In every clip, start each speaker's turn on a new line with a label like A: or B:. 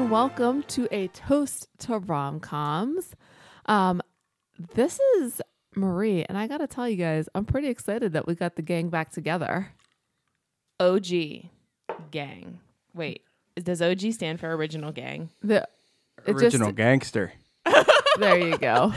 A: welcome to a toast to rom coms. Um, this is Marie, and I gotta tell you guys, I'm pretty excited that we got the gang back together.
B: OG gang. Wait, does OG stand for original gang?
A: The, it just-
C: Original gangster.
A: there you go.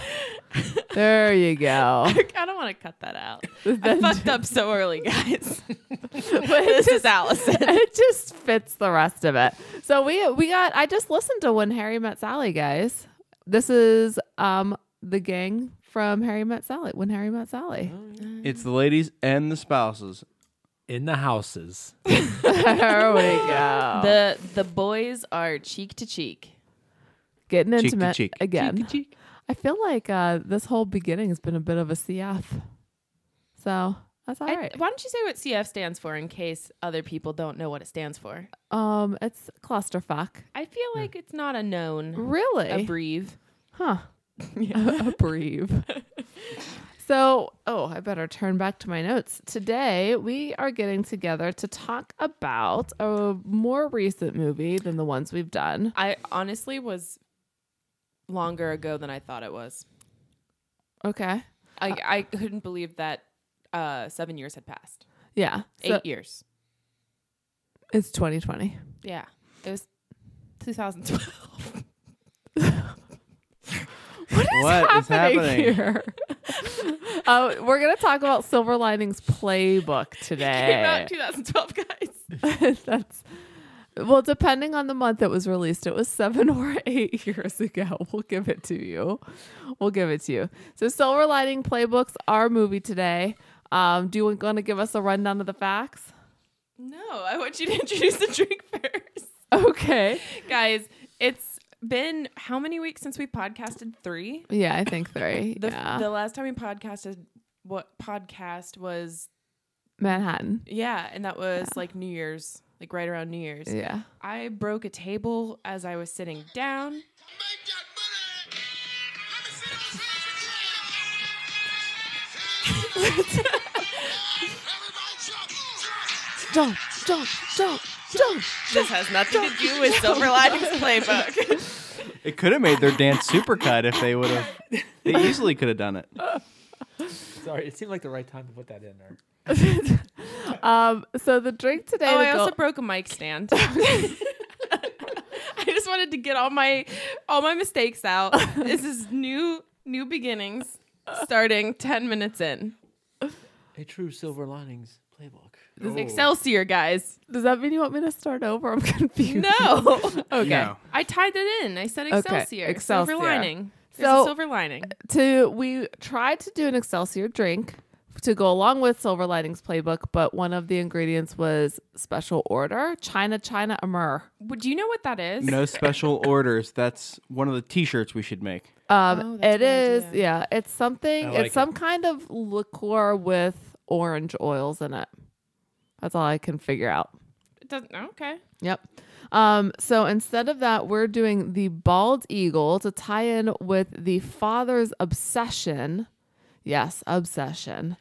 A: there you go.
B: I kind of want to cut that out. I
A: Then-
B: fucked up so early, guys.
A: It
B: this
A: just-
B: is Allison.
A: it just fits the rest of it. So we we got. I just listened to when Harry met Sally, guys. This is um the gang from Harry Met Sally. When Harry Met Sally.
C: Oh, It's the ladies and the spouses.
D: in the houses.
A: there we go.
B: The the boys are cheek to cheek.
A: Getting
C: to
A: intimate
C: cheek.
A: again.
C: Cheek to cheek.
A: I feel like uh, this whole beginning has been a bit of a CF. So that's all
B: I-
A: right.
B: Why don't you say what CF stands for in case other people don't know what it stands for?
A: Um, it's clusterfuck.
B: I feel like it's not a known
A: Really?
B: abbrev.
A: Huh. a breathe. so, oh, I better turn back to my notes. Today, we are getting together to talk about a more recent movie than the ones we've done.
B: I honestly was longer ago than I thought it was.
A: Okay. Uh,
B: I I couldn't believe that uh, seven years had passed.
A: Yeah.
B: Eight
A: So
B: years.
A: it's 2020.
B: Yeah. It was 2012.
C: What is happening?
A: here? uh, we're going to talk about Silver Linings Playbook
B: Came out
A: today.
B: in 2012, guys.
A: That's well, depending on the month it was released, it was seven or eight years ago. We'll give it to you. We'll give it to you. So, Silver Lining Playbooks, our movie today. Um, do you want to give us a rundown of the facts?
B: No, I want you to introduce the drink first.
A: Okay.
B: guys, it's been how many weeks since we podcasted? Three?
A: Yeah, I think three.
B: The,
A: yeah.
B: the last time we podcasted, what podcast was,
A: Manhattan.
B: yeah, and that was like New Year's, like right around New Year's.
A: Yeah.
B: I broke a table as I was sitting down.
E: Make that money. Let me see those hands. Everybody jump.
A: Don't, don't, don't, don't.
B: This has nothing to do with Silver Linings Playbook.
C: It could have made their dance supercut if they would have. They easily could have done it.
D: Sorry, it seemed like the right time to put that in there.
A: Um, so, the drink today.
B: Oh,
A: to
B: I
A: go-
B: also broke a mic stand. I just wanted to get all my all my mistakes out. This is new new beginnings starting 10 minutes in.
D: A true silver linings playbook.
B: Excelsior, guys.
A: does that mean you want me to start over? I'm confused.
B: No.
A: Okay.
C: No.
B: I tied it in. I said Excelsior.
A: Excelsior.
B: Silver lining. There's
A: So-
B: a silver lining.
A: to we tried to do an excelsior drink to go along with silver linings playbook but one of the ingredients was special order china china amur
B: Well, Do you know what that is?
C: No special orders. That's one of the T-shirts we should make.
A: um
B: Oh, that's
A: it
B: a good
A: is
B: idea.
A: yeah it's something
D: I like
A: it's some kind of liqueur with orange oils in it that's all i can figure out
B: It doesn't. oh, Okay.
A: Yep. Um, so instead of that, we're doing the bald eagle to tie in with the father's obsession. Yes, obsession.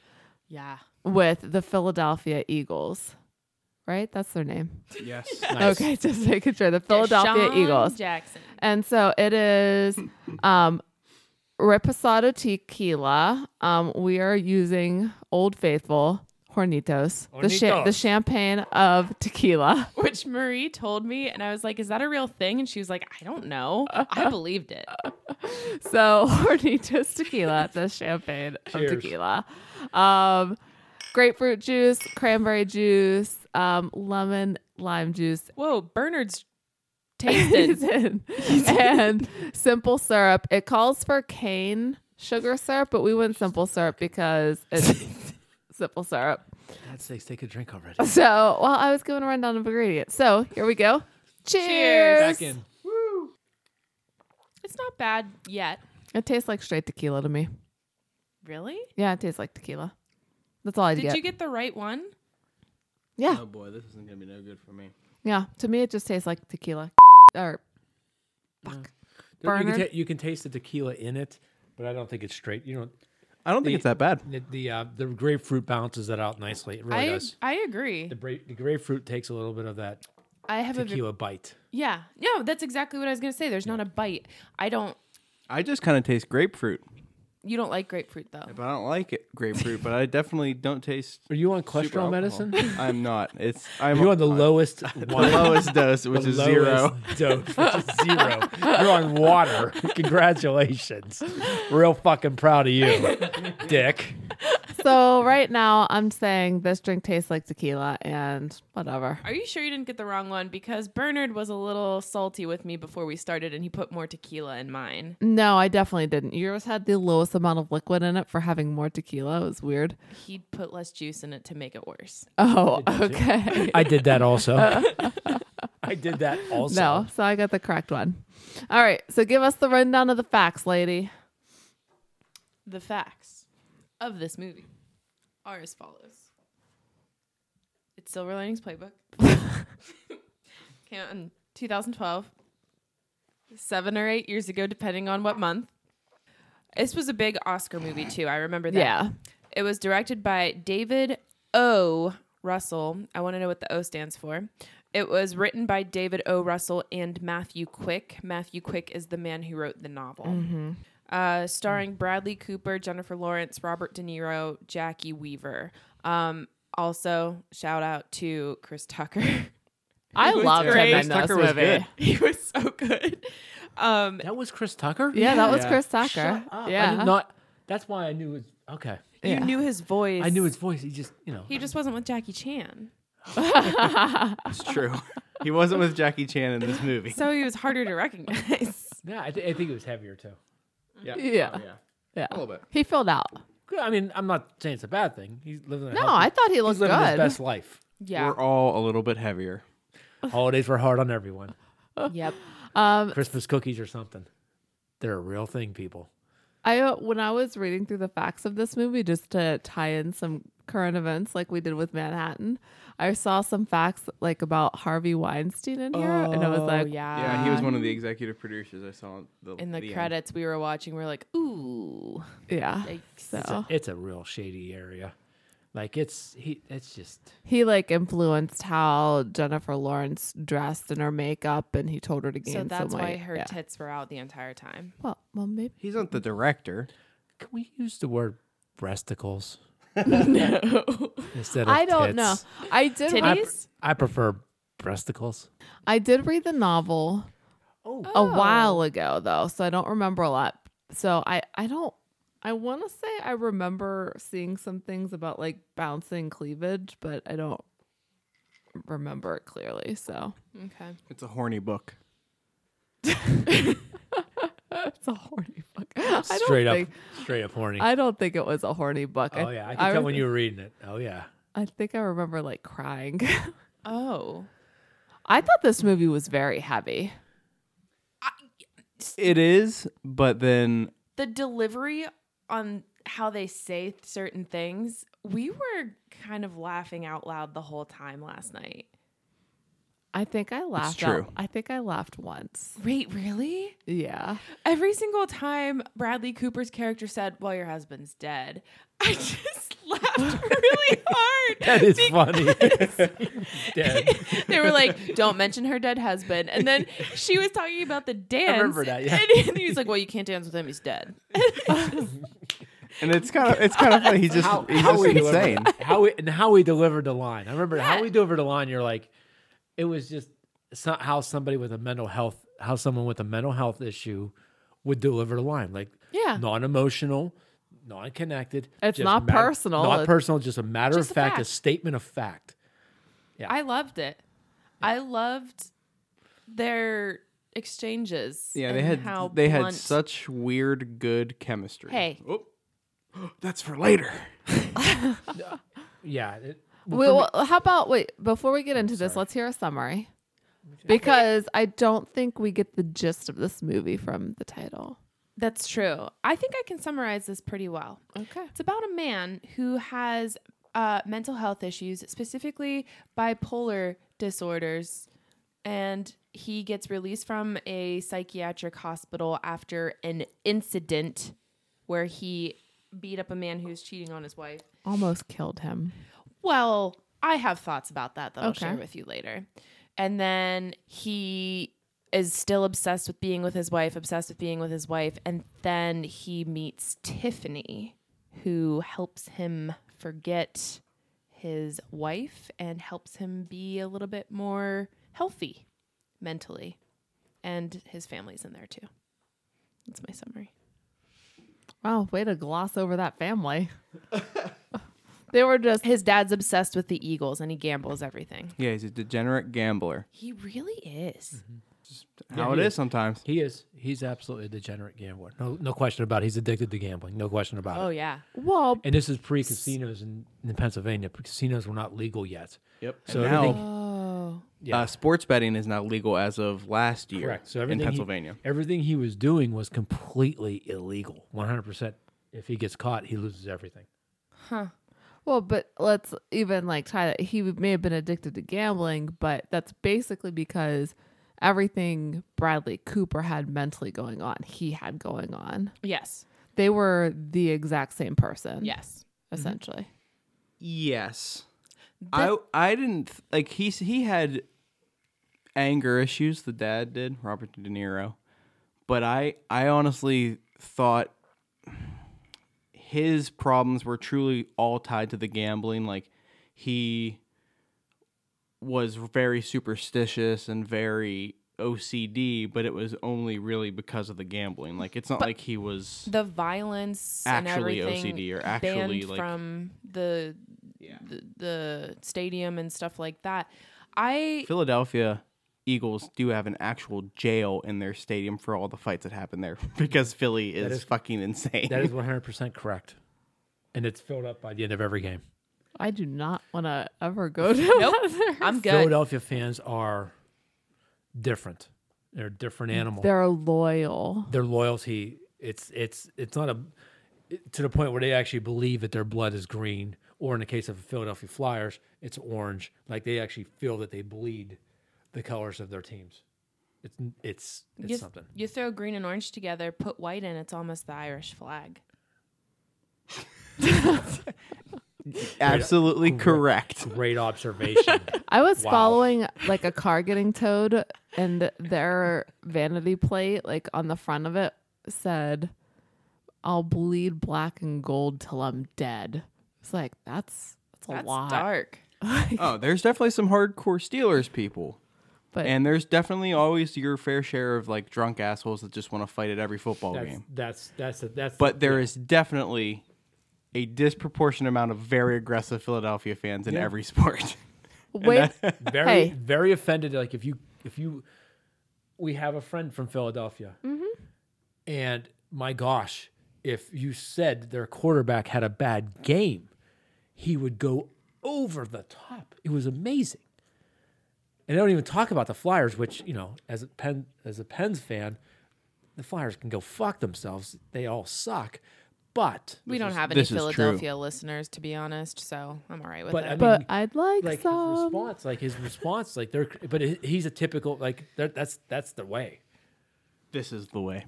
B: Yeah.
A: with the Philadelphia Eagles. Right? That's their name.
C: Yes.
A: Okay, just making sure. The Philadelphia
B: Deshaun
A: Eagles.
B: Jackson.
A: And so it is um reposado tequila. Um we are using Old Faithful Hornitos, The, cha-
D: Hornitos.
A: the champagne of tequila.
B: Which Marie told me, and I was like, "Is that a real thing?" And she was like, "I don't know. I believed it."
A: So Hornitos tequila, the champagne
D: Cheers.
A: of tequila. Um grapefruit juice, cranberry juice, um lemon lime juice
B: Whoa, Bernard's
A: He's
B: tasted.
A: in. and simple syrup. It calls for cane sugar syrup, but we went simple syrup because it's simple syrup.
D: God's sakes, take a drink already.
A: So, well, I was giving a rundown of ingredients. So here we go. Cheers.
D: Back in.
B: it's not bad yet.
A: It tastes like straight tequila to me.
B: Really?
A: Yeah, it tastes like tequila. That's all I
B: Did
A: get.
B: you get the right one?
A: yeah,
C: Oh, boy, this isn't gonna be no good for me.
A: yeah. To me, it just tastes like tequila. Or
D: Don't- You, can
A: Bernard?
D: ta- you can taste the tequila in it, but I don't think it's straight. You know,
C: I don't think it's that bad.
D: the the, uh, the grapefruit balances that out nicely. Oh, It really
B: I
D: does.
B: I agree.
D: The, bra- the grapefruit takes a little bit of that
B: I have a.
D: Tequila bite.
B: Yeah. No, that's exactly what I was going to say. There's not a bite. I don't.
C: I just kind of taste grapefruit,
B: You don't like grapefruit though.
C: but I don't like it grapefruit. but I definitely don't taste.
D: Are you on
C: super
D: cholesterol
C: alcohol.
D: medicine?
C: I'm not. It's I'm
D: You're on the
C: I'm-
D: lowest
C: the lowest dose, which is zero.
D: zero. Dose, which is zero. You're on water. Congratulations. Real fucking proud of you, Dick.
A: So right now I'm saying this drink tastes like tequila and whatever.
B: Are you sure you didn't get the wrong one? Because Bernard was a little salty with me before we started, and he put more tequila in mine.
A: No, I definitely didn't. Yours had the lowest amount of liquid in it for having more tequila. It was weird.
B: He put less juice in it to make it worse.
A: Oh, okay.
D: I did that also. I did that also.
A: No, so I got the correct one. All right, so give us the rundown of the facts, lady.
B: The facts of this movie are as follows: It's Silver Linings Playbook. Came out in 2012, seven or eight years ago, depending on what month. This was a big Oscar movie too. I remember that.
A: Yeah.
B: It was directed by David O. Russell. I want to know what the O stands for. It was written by David O. Russell and Matthew Quick. Matthew Quick is the man who wrote the novel.
D: Mm-hmm.
B: Uh, starring Bradley Cooper, Jennifer Lawrence, Robert De Niro, Jackie Weaver. Um, also, shout out to Chris Tucker.
A: I loved
B: great.
A: him in
B: Chris
A: this
C: Tucker
A: movie.
C: was good.
B: he was so good. Um,
D: That was Chris Tucker.
A: Yeah, that was
C: Yeah.
A: Chris Tucker.
D: Yeah. I
A: Yeah.
D: did not. That's why I knew it. Was, okay.
A: Yeah.
B: You knew his voice.
D: I knew his voice. He just, you know.
B: He just wasn't with Jackie Chan.
C: It's true. he wasn't with Jackie Chan in this movie.
B: So he was harder to recognize.
D: Yeah, I, th- I think it was heavier too.
C: yeah.
A: Yeah. Yeah.
C: A little bit.
A: He filled out.
D: Good, I mean, I'm not saying it's a bad thing. He's living.
A: No, I thought he looked
D: he's living his
A: good.
D: best life.
B: Yeah.
C: We're all a little bit heavier.
D: Holidays were hard on everyone.
B: yep.
A: Um,
D: Christmas cookies or something. They're a real thing, people.
A: I uh, when I was reading through the facts of this movie just to tie in some current events like we did with Manhattan, I saw some facts like about Harvey Weinstein in here, and I
D: Oh,
A: was like,
B: Oh, yeah.
C: Yeah, he was one of the executive producers. I saw the
B: Um, in the,
C: end.
B: credits we were watching. We are like, ooh,
A: yeah.
B: yikes.
A: So
D: It's a real shady area. Like it's he. It's just
A: he like influenced how Jennifer Lawrence dressed and her makeup, and he told her to gain
B: so that's
A: some
B: why
A: weight.
B: her
A: Yeah.
B: tits were out the entire time.
A: well, well, maybe
C: He's not the director.
D: can we use the word breasticles? no. Instead of
A: I don't know.
D: tits?
A: I did.
D: I,
A: Read,
D: pr-
B: Titties?
D: I prefer breasticles.
A: I did read the novel
D: Oh.
A: a while ago though, so I don't remember a lot. So I I don't. I want to say I remember seeing some things about like bouncing cleavage, but I don't remember it clearly. So
B: Okay.
C: It's a horny book.
A: it's a horny book. I don't
D: Straight up,
A: think,
D: straight up horny.
A: I don't think it was a horny book.
D: oh yeah, I can tell
A: rem-
D: when you were reading it. Oh yeah.
A: I think I remember like crying.
B: Oh.
A: I thought this movie was very heavy.
C: It is, but then
B: The delivery on how they say certain things, we were kind of laughing out loud the whole time last night.
A: I think I laughed.
C: true.
A: Out, I think I laughed once.
B: Wait, really?
A: Yeah.
B: Every single time Bradley Cooper's character said, Well, your husband's dead, I just laughed really hard.
D: That is funny. Dead.
B: they were like, "Don't mention her dead husband." And then she was talking about the dance.
D: remember that, yeah.
B: And he was like, "Well, you can't dance with him; he's dead."
C: and it's kind of it's kind of funny. He's just he's just
D: we delivered-
C: insane.
D: How we and how we delivered the line. I remember how we delivered the line. You're like, it was just so, how somebody with a mental health, how someone with a mental health issue would deliver the line, like
A: Yeah.
D: non-emotional, non-connected.
A: It's
D: just
A: not
D: mat-
A: personal.
D: Not
A: It-
D: personal. Just a matter
B: Just
D: of
B: a
D: fact, a
B: fact.
D: statement of fact.
B: I loved it. I loved their exchanges.
C: Yeah, they
B: and
C: had
B: how
C: they had
B: blunt-
C: such weird good chemistry.
B: Hey.
C: Oh, that's for later.
D: Yeah. It,
A: Wait, well, how about wait? Before we get into this, let's hear a summary, because I don't think we get the gist of this movie from the title.
B: That's true. I think I can summarize this pretty well.
A: Okay.
B: It's about a man who has uh, mental health issues, specifically bipolar disorders, and he gets released from a psychiatric hospital after an incident where he beat up a man who's cheating on his wife.
A: Almost killed him.
B: Well, I have thoughts about that that I'll
A: Okay.
B: share with you later. And then he is still obsessed with being with his wife, obsessed with being with his wife. And then he meets Tiffany, who helps him forget his wife and helps him be a little bit more healthy mentally. And his family's in there too. That's my summary.
A: Wow, way to gloss over that family. they were just
B: His dad's obsessed with the Eagles and he gambles everything.
C: Yeah, he's a degenerate gambler.
B: He really is.
C: How it
D: he
C: is
D: is.
C: sometimes.
D: He is. He's absolutely a degenerate gambler. No, no question about. it. He's addicted to gambling. No question about
B: Oh,
D: it.
B: yeah.
A: well.
D: And this is pre casinos in, in Pennsylvania. Casinos were not legal yet.
C: Yep.
D: So
C: So now,
D: everything-
B: Oh.
C: uh, sports betting is not legal as of last year
D: Correct. So
C: in
D: everything
C: Pennsylvania.
D: He, everything he was doing was completely illegal. One hundred percent. If he gets caught, he loses everything.
A: Well, but let's even like tie that. He may have been addicted to gambling, but that's basically because everything Bradley Cooper had mentally going on, he had going on.
B: Yes.
A: They were the exact same person.
B: Yes.
A: Mm-hmm. Essentially.
C: yes. I I didn't th- like he he had anger issues. The dad did, Robert De Niro, but I I honestly thought his problems were truly all tied to the gambling. Like he was very superstitious and very OCD, but it was only really because of the gambling. Like it's not like he was
B: The violence and
C: Actually
B: everything
C: OCD or actually,
B: banned
C: like-
B: from the, the the stadium and stuff like that. I
C: Philadelphia Eagles do have an actual jail in their stadium for all the fights that happen there because Philly is, fucking insane.
D: That is one hundred percent correct. And it's filled up by the end of every game.
A: I do not want to ever go to that.
B: I'm good.
D: Philadelphia fans are different. They're a different animal.
A: They're loyal.
D: their loyalty it's it's it's not a to the point where they actually believe that their blood is green or in the case of the Philadelphia Flyers it's orange like they actually feel that they bleed the colors of their teams it's it's it's
B: You,
D: something
B: you throw green and orange together, put white in, it's almost the Irish flag.
C: Absolutely correct.
D: great observation
A: I was
D: Wow.
A: following like a car getting towed, and their vanity plate, like on the front of it, said, "I'll bleed black and gold till I'm dead." It's like that's that's a
B: That's
A: lot.
B: dark.
C: Oh, there's definitely some hardcore Steelers people.
A: But
C: And there's definitely always your fair share of like drunk assholes that just want to fight at every football
D: that's
C: game.
D: that's that's a, that's
C: But there is definitely a disproportionate amount of very aggressive Philadelphia fans in every sport.
A: wait,
D: very
A: Hey.
D: very offended like if you if you we have a friend from philadelphia and my gosh if you said their quarterback had a bad game he would go over the top it was amazing and i don't even talk about the flyers which you know as a penn as a penn's fan the flyers can go fuck themselves they all suck but
B: We don't have any
C: this is true.
B: Philadelphia listeners, to be honest, so I'm all right with
D: But,
B: it.
D: I mean,
A: but I'd like,
D: like his
A: some.
D: response, like his response, like they're, but he- he's a typical like they're- that's that's the way.
C: This is the way.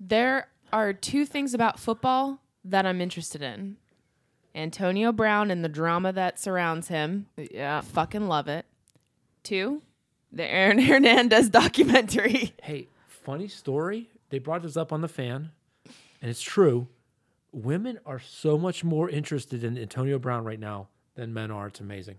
B: There are two things about football that I'm interested in Antonio Brown and the drama that surrounds him.
A: yeah,
B: Fucking love it. Two, the Aaron Hernandez documentary.
D: Hey, funny story. They brought this up on the fan, and it's true. Women are so much more interested in Antonio Brown right now than men are. It's amazing.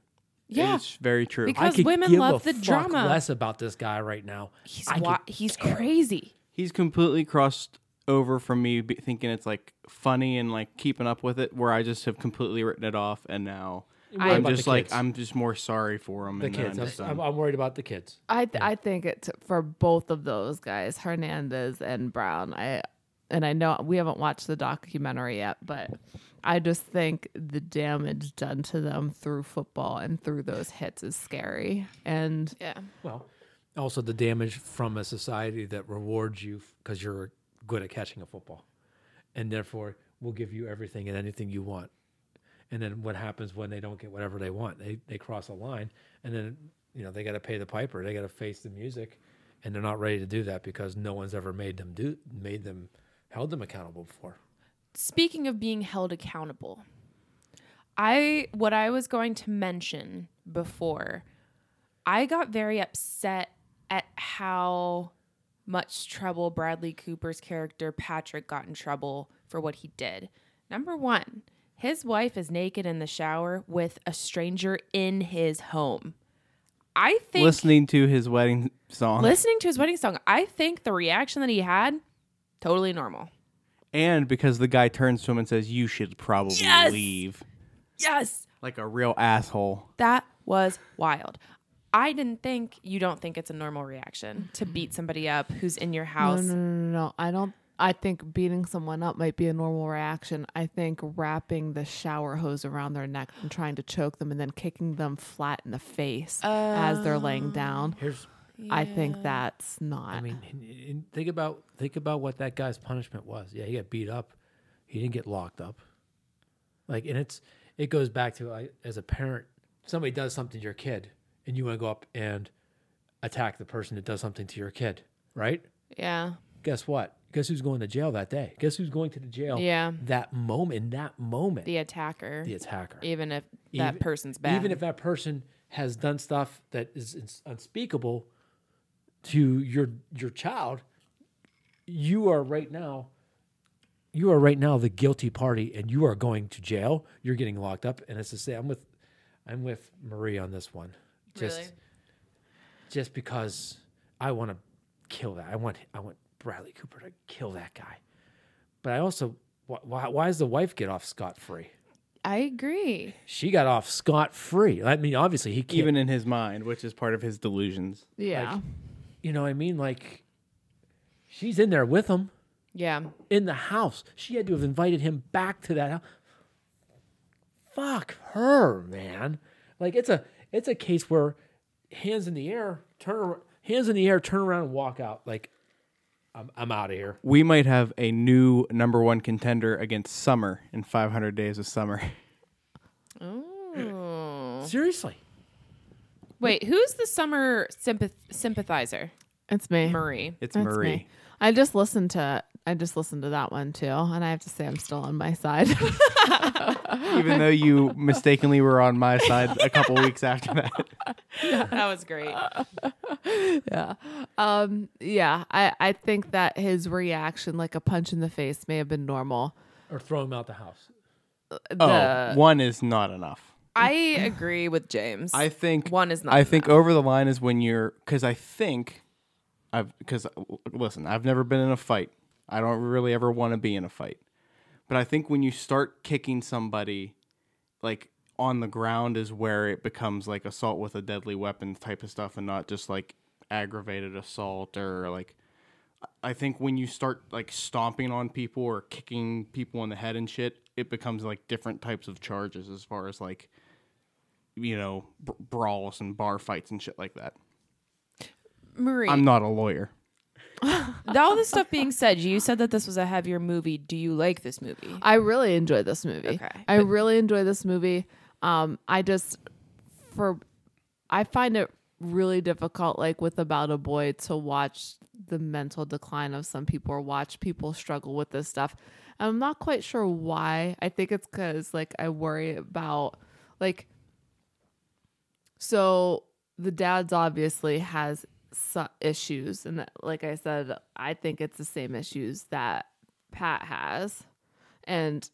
B: Yeah.
C: It's very true.
B: Because-
D: I could
B: women
D: give
B: love
D: a
B: the
D: fuck
B: drama.
D: Less about this guy right now.
B: He's
D: I
B: wa-
D: could-
B: he's crazy.
C: he's completely crossed over from me be- thinking it's like funny and like keeping up with it where i just have completely written it off and now
D: worry
C: i'm
D: about the
C: just like
D: kids.
C: i'm just more sorry for him
D: the
C: and then
D: kids.
C: I'm
D: I'm,
C: just, um,
D: I'm, I'm worried about the kids.
A: I th- I think it for both of those guys, Hernandez and Brown. I and I know we haven't watched the documentary yet, but I just think the damage done to them through football and through those hits is scary. And
B: Yeah.
D: Well, also the damage from a society that rewards you because you're good at catching a football, and therefore will give you everything and anything you want. And then what happens when they don't get whatever they want? They they cross a line, and then you know they got to pay the piper. They got to face the music, and they're not ready to do that because no one's ever made them do made them held them accountable before.
B: Speaking of being held accountable, I what I was going to mention before I got very upset at how much trouble Bradley Cooper's character Patrick got in trouble for what he did. Number one, his wife is naked in the shower with a stranger in his home. I think
C: Listening to his wedding song
B: listening to his wedding song, I think the reaction that he had totally normal.
C: and because the guy turns to him and says, "You should probably
B: Yes!
C: leave,"
B: Yes,
C: like a real asshole.
B: that was wild. I didn't think you don't think it's a normal reaction to beat somebody up who's in your
A: No,
B: house.
A: no, no, no, no. I don't. I think beating someone up might be a normal reaction. I think wrapping the shower hose around their neck and trying to choke them and then kicking them flat in the face as they're laying down.
D: Here's
A: I think that's not.
D: I mean, and- and think about think about what that guy's punishment was. Yeah, he got beat up. He didn't get locked up. Like, and it's it goes back to like, as a parent, somebody does something to your kid, and you want to go up and attack the person that does something to your kid, right?
B: Yeah.
D: Guess what? Guess who's going to jail that day? Guess who's going to the jail?
B: Yeah.
D: that moment, in that moment,
B: The attacker.
D: the attacker.
B: even if that
D: Even-
B: person's bad.
D: Even if that person has done stuff that is ins- unspeakable to your your child, you are right now you are right now the guilty party and you are going to jail. You're getting locked up and it's the same I'm with I'm with Marie on this one. Just
B: Really?
D: just because I want to kill that. I want I want Bradley Cooper to kill that guy. But I also why, why, why does the wife get off scot free?
B: I agree.
D: she got off scot free. I mean, obviously he can't,
C: Even in his mind, which is part of his delusions.
A: yeah.
D: you know, what I mean, like she's in there with him
B: Yeah.
D: in the house. She had to have invited him back to that house. Fuck her, man. Like it's a it's a case where hands in the air, turn ar- hands in the air, turn around and walk out. Like I'm I'm out of here.
C: We might have a new number one contender against Summer in 500 Days of Summer.
D: Seriously.
B: Wait, who's the summer sympath- sympathizer?
A: It's me.
B: Marie.
C: It's
A: That's
C: Marie.
A: me. I just listened to I just listened to that one too, and I have to say I'm still on my side.
C: Even though you mistakenly were on my side a couple weeks after that.
B: that was great.
A: um, yeah, I I think that his reaction, like a punch in the face, may have been normal.
D: Or throw him out the house.
C: Oh,
A: The-
C: one is not enough.
B: I agree with James.
C: I think
B: one is not.
C: I think
B: enough.
C: over the line is when you're because I think I've because listen, I've never been in a fight. I don't really ever want to be in a fight, but I think when you start kicking somebody like on the ground is where it becomes like assault with a deadly weapon type of stuff, and not just like aggravated assault or like. I think when you start like stomping on people or kicking people in the head and shit, it becomes like different types of charges as far as like you know br- brawls and bar fights and shit like that.
B: Marie.
C: I'm not a lawyer.
B: all this stuff being said, you said that this was a heavier movie. Do you like this movie?
A: I really enjoy this movie.
B: Okay.
A: I really enjoy this movie. Um, I just for I find it really difficult, like with About a Boy, to watch the mental decline of some people or watch people struggle with this stuff. I'm not quite sure why. I think it's because like I worry about like so the dad's obviously has so- issues, and like I said, I think it's the same issues that Pat has, and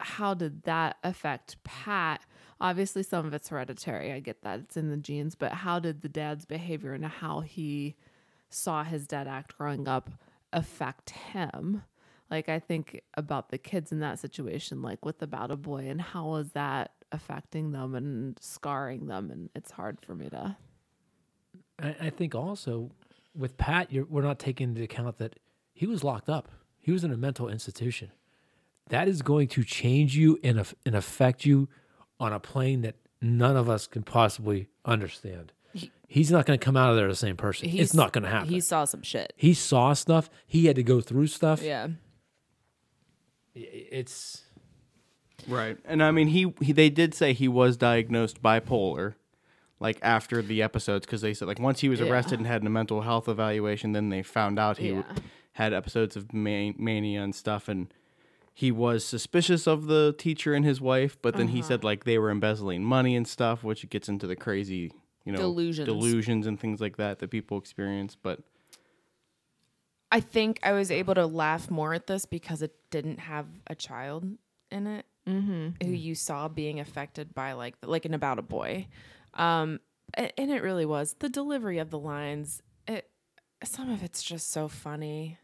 A: how did that affect Pat? Obviously, some of it's hereditary. I get that it's in the genes, but how did the dad's behavior and how he saw his dad act growing up affect him? Like, I think about the kids in that situation, like with About a Boy, and how is that affecting them and scarring them? And it's hard for me to.
D: I, I think also with Pat, you're, we're not taking into account that he was locked up. He was in a mental institution. That is going to change you and, af- and affect you on a plane that none of us can possibly understand. he's not going to come out of there the same person. It's
B: He's-
D: not going to happen.
B: He saw some shit.
D: he saw stuff. He had to go through stuff.
B: Yeah.
D: I- It's
C: Right. And I mean he, he they did say he was diagnosed bipolar like after the episodes cuz they said like once he was arrested and had a mental health evaluation then they found out he
A: Yeah.
C: had episodes of man- mania and stuff and he was suspicious of the
B: Uh-huh.
C: teacher and his wife but then he said like they were embezzling money and stuff which gets into the crazy you know
B: Delusions.
C: delusions and things like that that people experience. But
B: I think I was able to laugh more at this because it didn't have a child in it
C: Mm-hmm.
B: who you saw being affected by like like an about a boy, um, a- and it really was the delivery of the lines. It some of it's just so funny,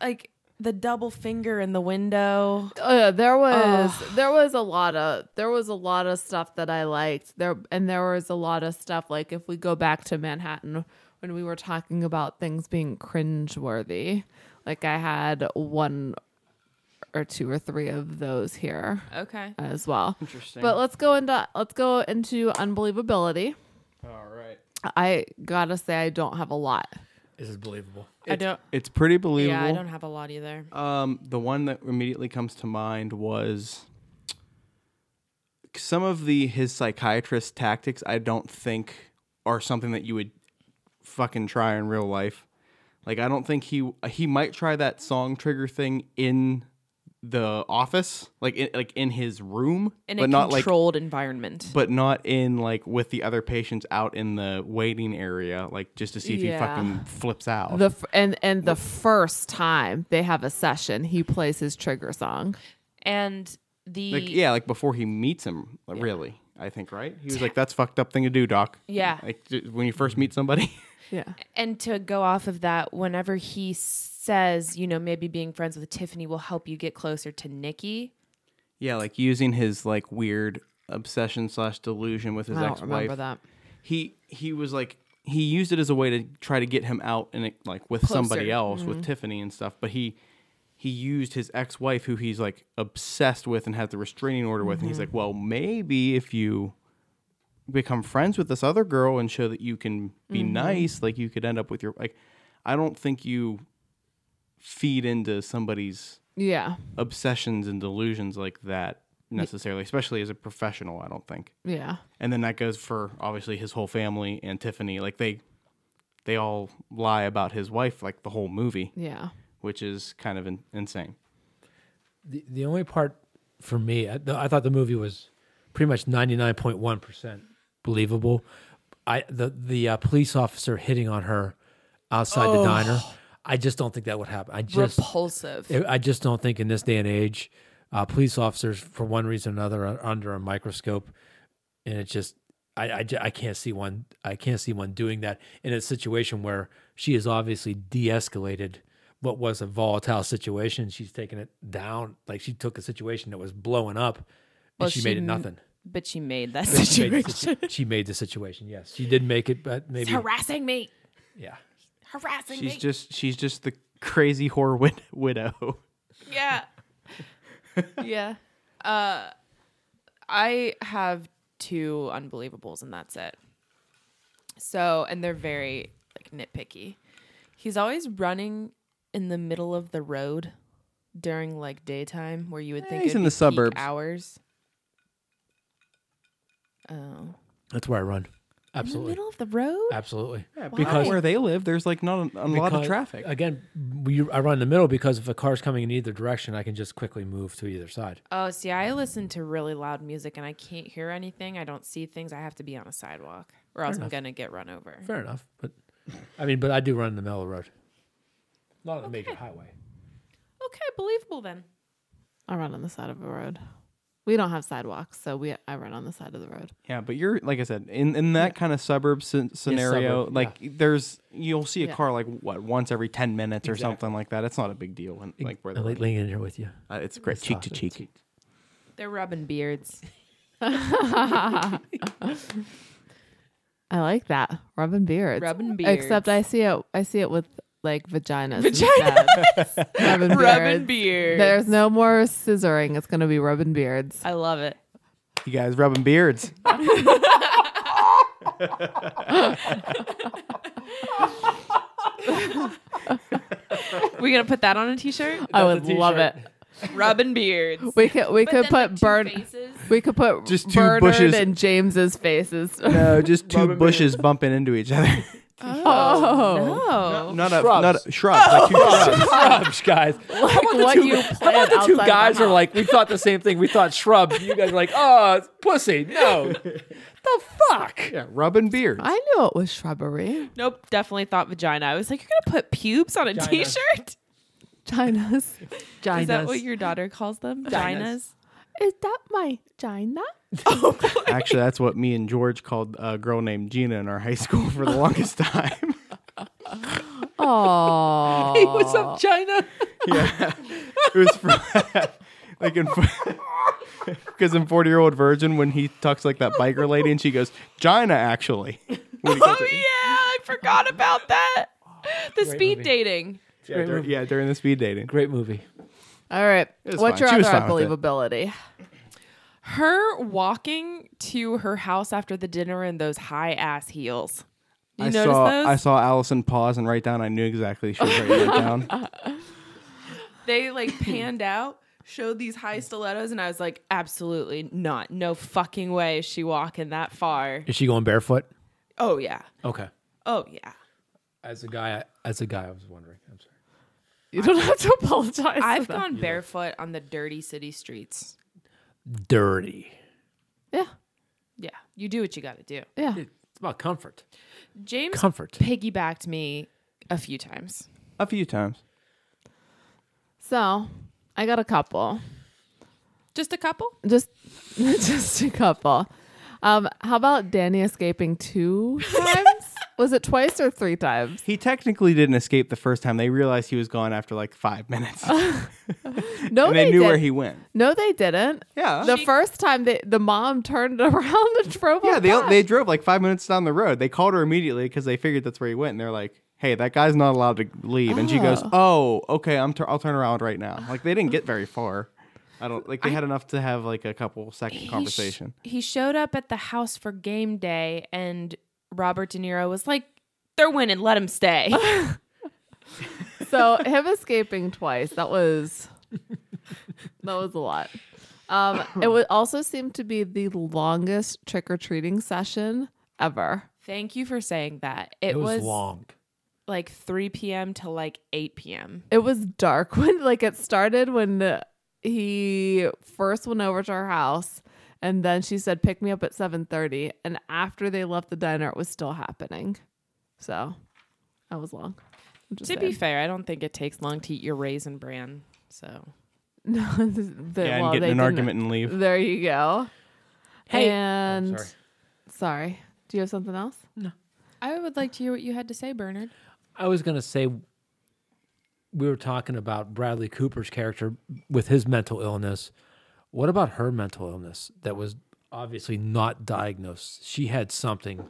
B: like the double finger in the window.
A: uh, there was there was a lot of there was a lot of stuff that I liked there, and there was a lot of stuff like if we go back to Manhattan when we were talking about things being cringeworthy, like I had one or two or three of those here
B: Okay,
C: Uh,
A: as well.
C: interesting.
A: But let's go into let's go into unbelievability.
C: all right.
A: I gotta say I don't have a lot.
D: This is believable.
B: I don't.
C: It's pretty believable.
B: Yeah, I don't have a lot either.
C: Um, the one that immediately comes to mind was some of the his psychiatrist tactics. I don't think are something that you would fucking try in real life. Like I don't think he he might try that song trigger thing in the office, like in, like in his room,
B: In
C: but
B: a
C: not like
B: controlled environment.
C: but not in like with the other patients out in the waiting area, like just to see if
A: Yeah.
C: he fucking flips out.
A: The f- and and the first time they have a session, he plays his trigger song.
B: and the
C: Like yeah, like before he meets him, like, really. I think right. He was like, "That's fucked up thing to do, doc."
B: Yeah.
C: Like j- when you first meet somebody.
A: Yeah.
B: And to go off of that, whenever he says, you know, maybe being friends with Tiffany will help you get closer to Nikki.
C: yeah, like using his like weird obsession slash delusion with his
A: I don't
C: ex-wife.
A: remember that.
C: He he was like he used it as a way to try to get him out and it- like with somebody
B: Closer.
C: else with Tiffany and stuff. But he he used his ex-wife who he's like obsessed with and has the restraining order with, and he's like, "Well, maybe if you." become friends with this other girl and show that you can be nice, like you could end up with your like I don't think you feed into somebody's
A: Yeah.
C: obsessions and delusions like that necessarily, especially as a professional, I don't think.
A: Yeah.
C: And then that goes for obviously his whole family and Tiffany. Like they they all lie about his wife like the whole movie,
A: Yeah.
C: which is kind of in- insane.
D: The, the only part for me, I, the, I thought the movie was pretty much 99.1% believable. I the the uh, police officer hitting on her outside the diner. I just don't think that would happen. I just
B: Repulsive.
D: I I just don't think in this day and age, uh, police officers, for one reason or another, are under a microscope, and it just I, I, ju- I can't see one I can't see one doing that in a situation where she has obviously de-escalated what was a volatile situation. She's taken it down, like she took a situation that was blowing up, and
B: Well,
D: she, made
B: she
D: it
B: m-
D: nothing.
B: but she made that
D: She made, the
B: situation.
D: situ- she made the situation. Yes, she did make it, but maybe
B: Harassing me.
D: yeah.
B: Harassing
C: She's
B: me.
C: just she's just the crazy whore wid- widow.
B: yeah. yeah. Uh I have two unbelievables and that's it. So, and they're very like nitpicky. He's always running in the middle of the road during like daytime where you would think
C: he's
B: it'd
C: in
B: be
C: the
B: peak
C: suburbs.
B: hours. Oh.
D: That's where I run.
B: In the
D: Absolutely,
B: middle of the road?
D: absolutely.
C: because where they live, there's like not a, a lot of
D: Because-
C: traffic.
D: Again, we, I run in the middle because if a car's coming in either direction, I can just quickly move to either side.
B: Oh, see, I listen to really loud music and I can't hear anything. I don't see things. I have to be on a sidewalk or else I'm going to get run over.
D: Fair enough, but I mean, but I do run in the middle of the road, not on a major highway.
B: Okay, believable then.
A: I run on the side of a road. We don't have sidewalks, so we I run on the side of the road.
C: Yeah, but you're like I said in in that kind of suburb scen- scenario,
D: suburb,
C: like there's you'll see a
A: Yeah.
C: car like what once every ten minutes or something like that. It's not a big deal, and like where
D: I'm
C: they're
D: like leaning in here with you.
C: uh, it's great cheek to
D: Sausage.
C: cheek.
B: They're rubbing beards.
A: I like that. Rubbing beards.
B: Rubbing beards.
A: Except I see it I see it with like vaginas. Vaginas. rubbing beards.
B: rubbing beards.
A: There's no more scissoring. It's gonna be rubbing beards.
B: I love it.
C: You guys rubbing beards.
B: We gonna put that on a t-shirt?
A: I would love it.
B: rubbing beards.
A: We could we could put burn we could put
C: Just two
A: Bernard
C: bushes.
A: and James's faces.
C: No, just two bushes bumping into each other.
A: Oh,
B: Oh.
C: Not a
D: Shrubs. Oh,
C: not a, shrubs. like two shrubs.
D: shrubs, guys. How about the
A: what
D: two,
A: you
D: how
A: plan
D: about the
A: outside
D: two
A: of the
D: guys are
A: house.
D: like, we thought the same thing. We thought shrubs. You guys are like, oh, it's pussy. No. the fuck?
C: Yeah, rubbing beard.
A: I knew it was shrubbery.
B: Nope. Definitely thought vagina. I was like, you're gonna put pubes on a
D: Vagina.
B: shirt
A: Ginas.
B: Is that what your daughter calls them? Vaginas.
A: Is that my gina? Oh,
C: Actually, that's what me and George called a girl named Gina in our high school for the longest time.
A: Oh,
D: Hey, what's up, China?
C: yeah, it was from like in because in Forty Year Old Virgin when he talks like that biker lady and she goes Gina actually. When he
B: Oh
C: calls
B: yeah,
C: it-
B: I forgot about that. The speed
D: movie.
B: dating.
C: yeah, dur- yeah, during the speed dating.
D: Great movie.
A: All right.
C: It was
A: What's
C: fine. She
A: your
C: was
A: other
C: fine with it.
A: unbelievability?
B: Her walking to her house after the dinner in those high ass heels. You
C: I
B: notice
C: saw
B: those?
C: I saw Allison pause and write down. I knew exactly she was writing it down.
B: they like panned out, showed these high stilettos, and I was like, absolutely not. No fucking way is she walking that far.
D: Is she going barefoot?
B: Oh yeah.
D: Okay.
B: Oh yeah.
D: As a guy, as a guy, I was wondering. I'm sorry.
A: You don't have to apologize.
B: I've
A: for that.
B: gone barefoot on the dirty city streets.
D: Dirty.
A: Yeah.
B: Yeah. You do what you gotta do.
A: Yeah.
D: It's about comfort.
B: James
D: Comfort.
B: piggybacked me a few times.
C: A few times.
A: So I got a couple.
B: Just a couple?
A: Just just a couple. Um, how about Danny escaping two times? Was it twice or three times?
C: He technically didn't escape the first time. They realized he was gone after like five minutes,
A: No,
C: and they, knew where
A: didn't.
C: he went.
A: No, they didn't.
C: Yeah.
A: The first time they, the mom turned around and drove.
C: Yeah,
A: him
C: they
A: back.
C: they drove like five minutes down the road. They called her immediately because they figured that's where he went, and they're like, "Hey, that guy's not allowed to leave." And she goes, "Oh, okay, I'm tur- I'll turn around right now." Like they didn't get very far. I don't like they had enough to have like a couple second
B: He sh-
C: conversation.
B: he showed up at the house for game day, and Robert De Niro was like, "They're winning. Let him stay."
A: so him escaping twice that was that was a lot um it would also seem to be the longest trick-or-treating session ever
B: Thank you for saying that. It,
D: It was, long.
B: like 3 p.m. to like 8 p.m.
A: it was dark when like it started when he first went over to her house and then she said pick me up at 7.30 and after they left the diner it was still happening so that was long I'm just
B: To be
A: saying.
B: fair, I don't think it takes long to eat your raisin bran. So
A: no, the, well,
C: yeah, and get
A: they
C: in an
A: didn't-
C: argument and leave.
A: There you go.
D: Hey-
A: and
D: sorry.
A: sorry. Do you have something else?
B: I would like to hear what you had to say, Bernard.
D: I was gonna say we were talking about Bradley Cooper's character with his mental illness. What about her mental illness that was obviously not diagnosed? She had something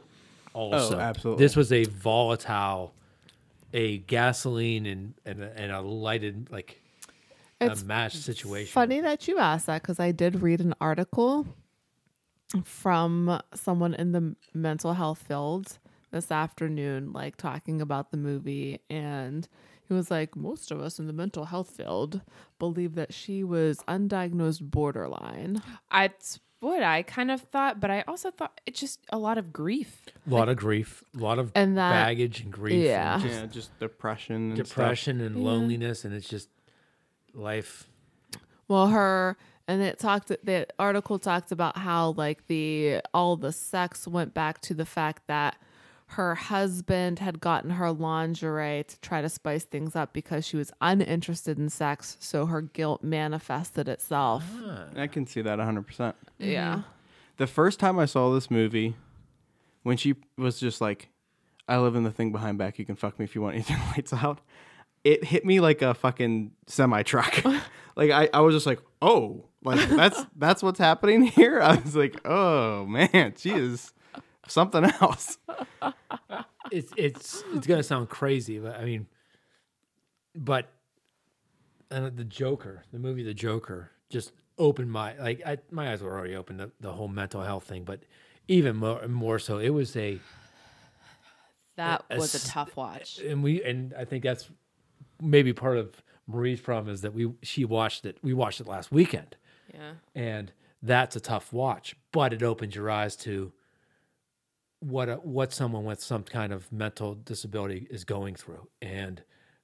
D: also.
C: absolutely.
D: This was a volatile, a gasoline and and a, and a lighted like
A: It's
D: a match situation.
A: Funny that you asked that because I did read an article from someone in the mental health field this afternoon, like talking about the movie. And he was like, Most of us in the mental health field believe that she was undiagnosed borderline.
B: That's what I kind of thought, but I also thought it's just a lot of grief.
D: A lot of grief, a lot of
A: And that-
D: baggage and grief.
A: Yeah.
D: And just
C: Yeah, just depression. And
D: depression and loneliness, and it's just life.
A: Well, her and it talked the article talked about how like the all the sex went back to the fact that her husband had gotten her lingerie to try to spice things up because she was uninterested in sex, so her guilt manifested itself.
B: Ah.
C: Stuff. I can see that 100. percent
A: Yeah.
C: The first time I saw this movie, when she was just like, I live in the thing behind back, you can fuck me if you want, you turn the lights out, it hit me like a fucking semi truck. like I, I was just like, oh, like that's that's what's happening here. I was like, oh man, she is something else.
D: it's it's it's gonna sound crazy, but I mean, but and the Joker, the movie The Joker, just opened my like I, my eyes were already open the, the whole mental health thing, but even more more so, it was a
B: That
D: A
B: was a
D: s-
B: tough watch.
D: and we and I think that's maybe part of Marie's problem is that we she watched it we watched it last weekend,
B: Yeah.
D: and that's a tough watch, but it opens your eyes to what a, what someone with some kind of mental disability is going through and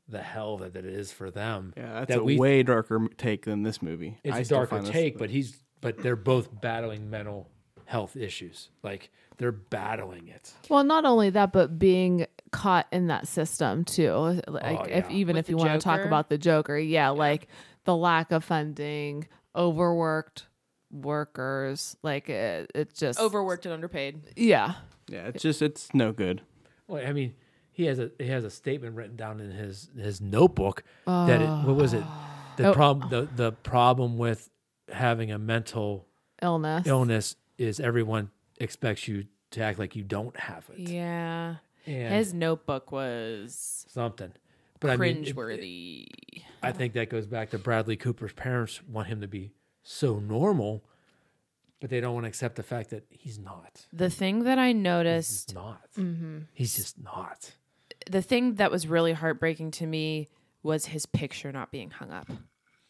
D: the hell that it is for them.
C: Yeah, that's
D: that
C: a way darker m- take than this movie.
D: it's
C: I
D: a
C: still
D: darker
C: find this-
D: take, but he's but they're both battling mental health issues. Like they're battling it.
A: Well, not only that, but being caught in that system too. Like, if
D: yeah.
A: even
B: Oh, With
A: if you
B: the
A: want to talk
B: Joker.
A: about the Joker, yeah, like the lack of funding, overworked workers, like it, it just
B: Overworked and underpaid.
A: Yeah,
C: yeah, it's just it's no good.
D: Well, I mean, he has a he has a statement written down in his his notebook that it, what was it? The
A: Oh.
D: problem the the problem with having a mental
A: illness.
D: illness is everyone expects you to act like you don't have it.
B: Yeah.
D: And
B: His notebook was
D: something. But I mean, it-
B: cringeworthy.
D: I think that goes back to Bradley Cooper's parents want him to be so normal, but they don't want to accept the fact that he's not.
B: the thing that I
D: He's
B: noticed,
D: not.
B: Mm-hmm.
D: He's just not.
B: the thing that was really heartbreaking to me was his picture not being hung up.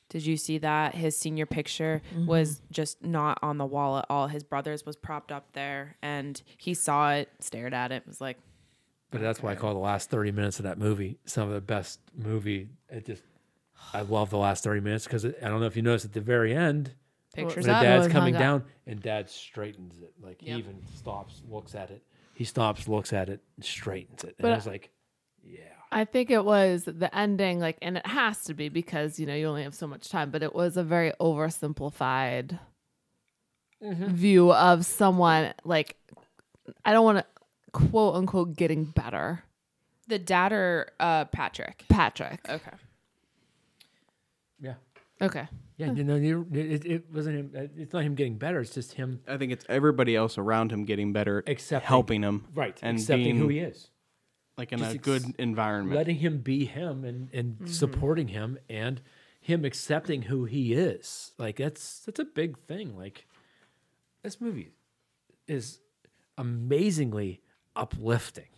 B: Did you see that? His senior picture was just not on the wall at all. His brother's was propped up there and he saw it, stared at it, was like,
D: But that's why I call the last 30 minutes of that movie some of the best movie. It just, I love the last 30 minutes because I don't know if you noticed at the very end,
B: pictures
D: when the
A: that
B: up.
D: dad's
A: was
D: coming
A: hung
D: down and dad straightens it. Like he even stops, looks at it. He stops, looks at it, and straightens it. And
A: But
D: I was like,
A: I think it was the ending, like, and it has to be because you know you only have so much time. But it was a very oversimplified view of someone. Like, I don't want to quote unquote getting better,
B: The dad or uh, Patrick?
A: Patrick.
B: Okay.
D: yeah.
A: Okay.
D: Yeah, you know, you- it, it wasn't him. it- It's not him getting better. It's just him
C: I think it's everybody else around him getting better,
D: Accepting.
C: helping him,
D: right
C: and
D: accepting
C: being
D: who he is
C: like in
D: Just
C: a
D: ex-
C: good environment.
D: letting him be him and and
B: Mm-hmm.
D: supporting him and him accepting who he is like that's that's a big thing like this movie is amazingly uplifting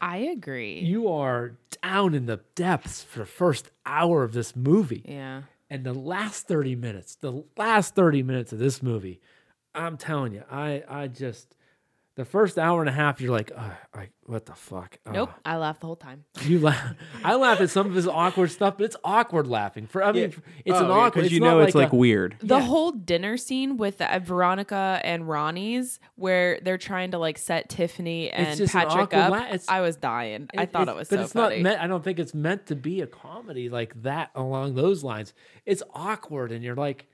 B: I agree.
D: you are down in the depths for the first hour of this movie
B: Yeah.
D: and the last 30 minutes the last 30 minutes of this movie i'm telling you i i just the first hour and a half you're like oh, I, what the fuck Oh,
B: Nope. I laughed the whole time.
D: You laugh. I laugh at some of his awkward stuff, but it's awkward laughing. For I mean,
C: Yeah.
D: it's
C: Oh,
D: an
C: yeah,
D: awkward.
C: you
D: not
C: know it's like
D: a-
C: weird.
B: The
D: Yeah.
B: whole dinner scene with uh, Veronica and Ronnie's, where they're trying to like set Tiffany and
D: just an
B: Patrick
D: awkward
B: up,
D: la- it's-
B: I was dying. I thought it
D: it's-
B: was
D: but
B: so
D: it's
B: funny.
D: not meant. I don't think it's meant to be a comedy like that along those lines. It's awkward, and you're like,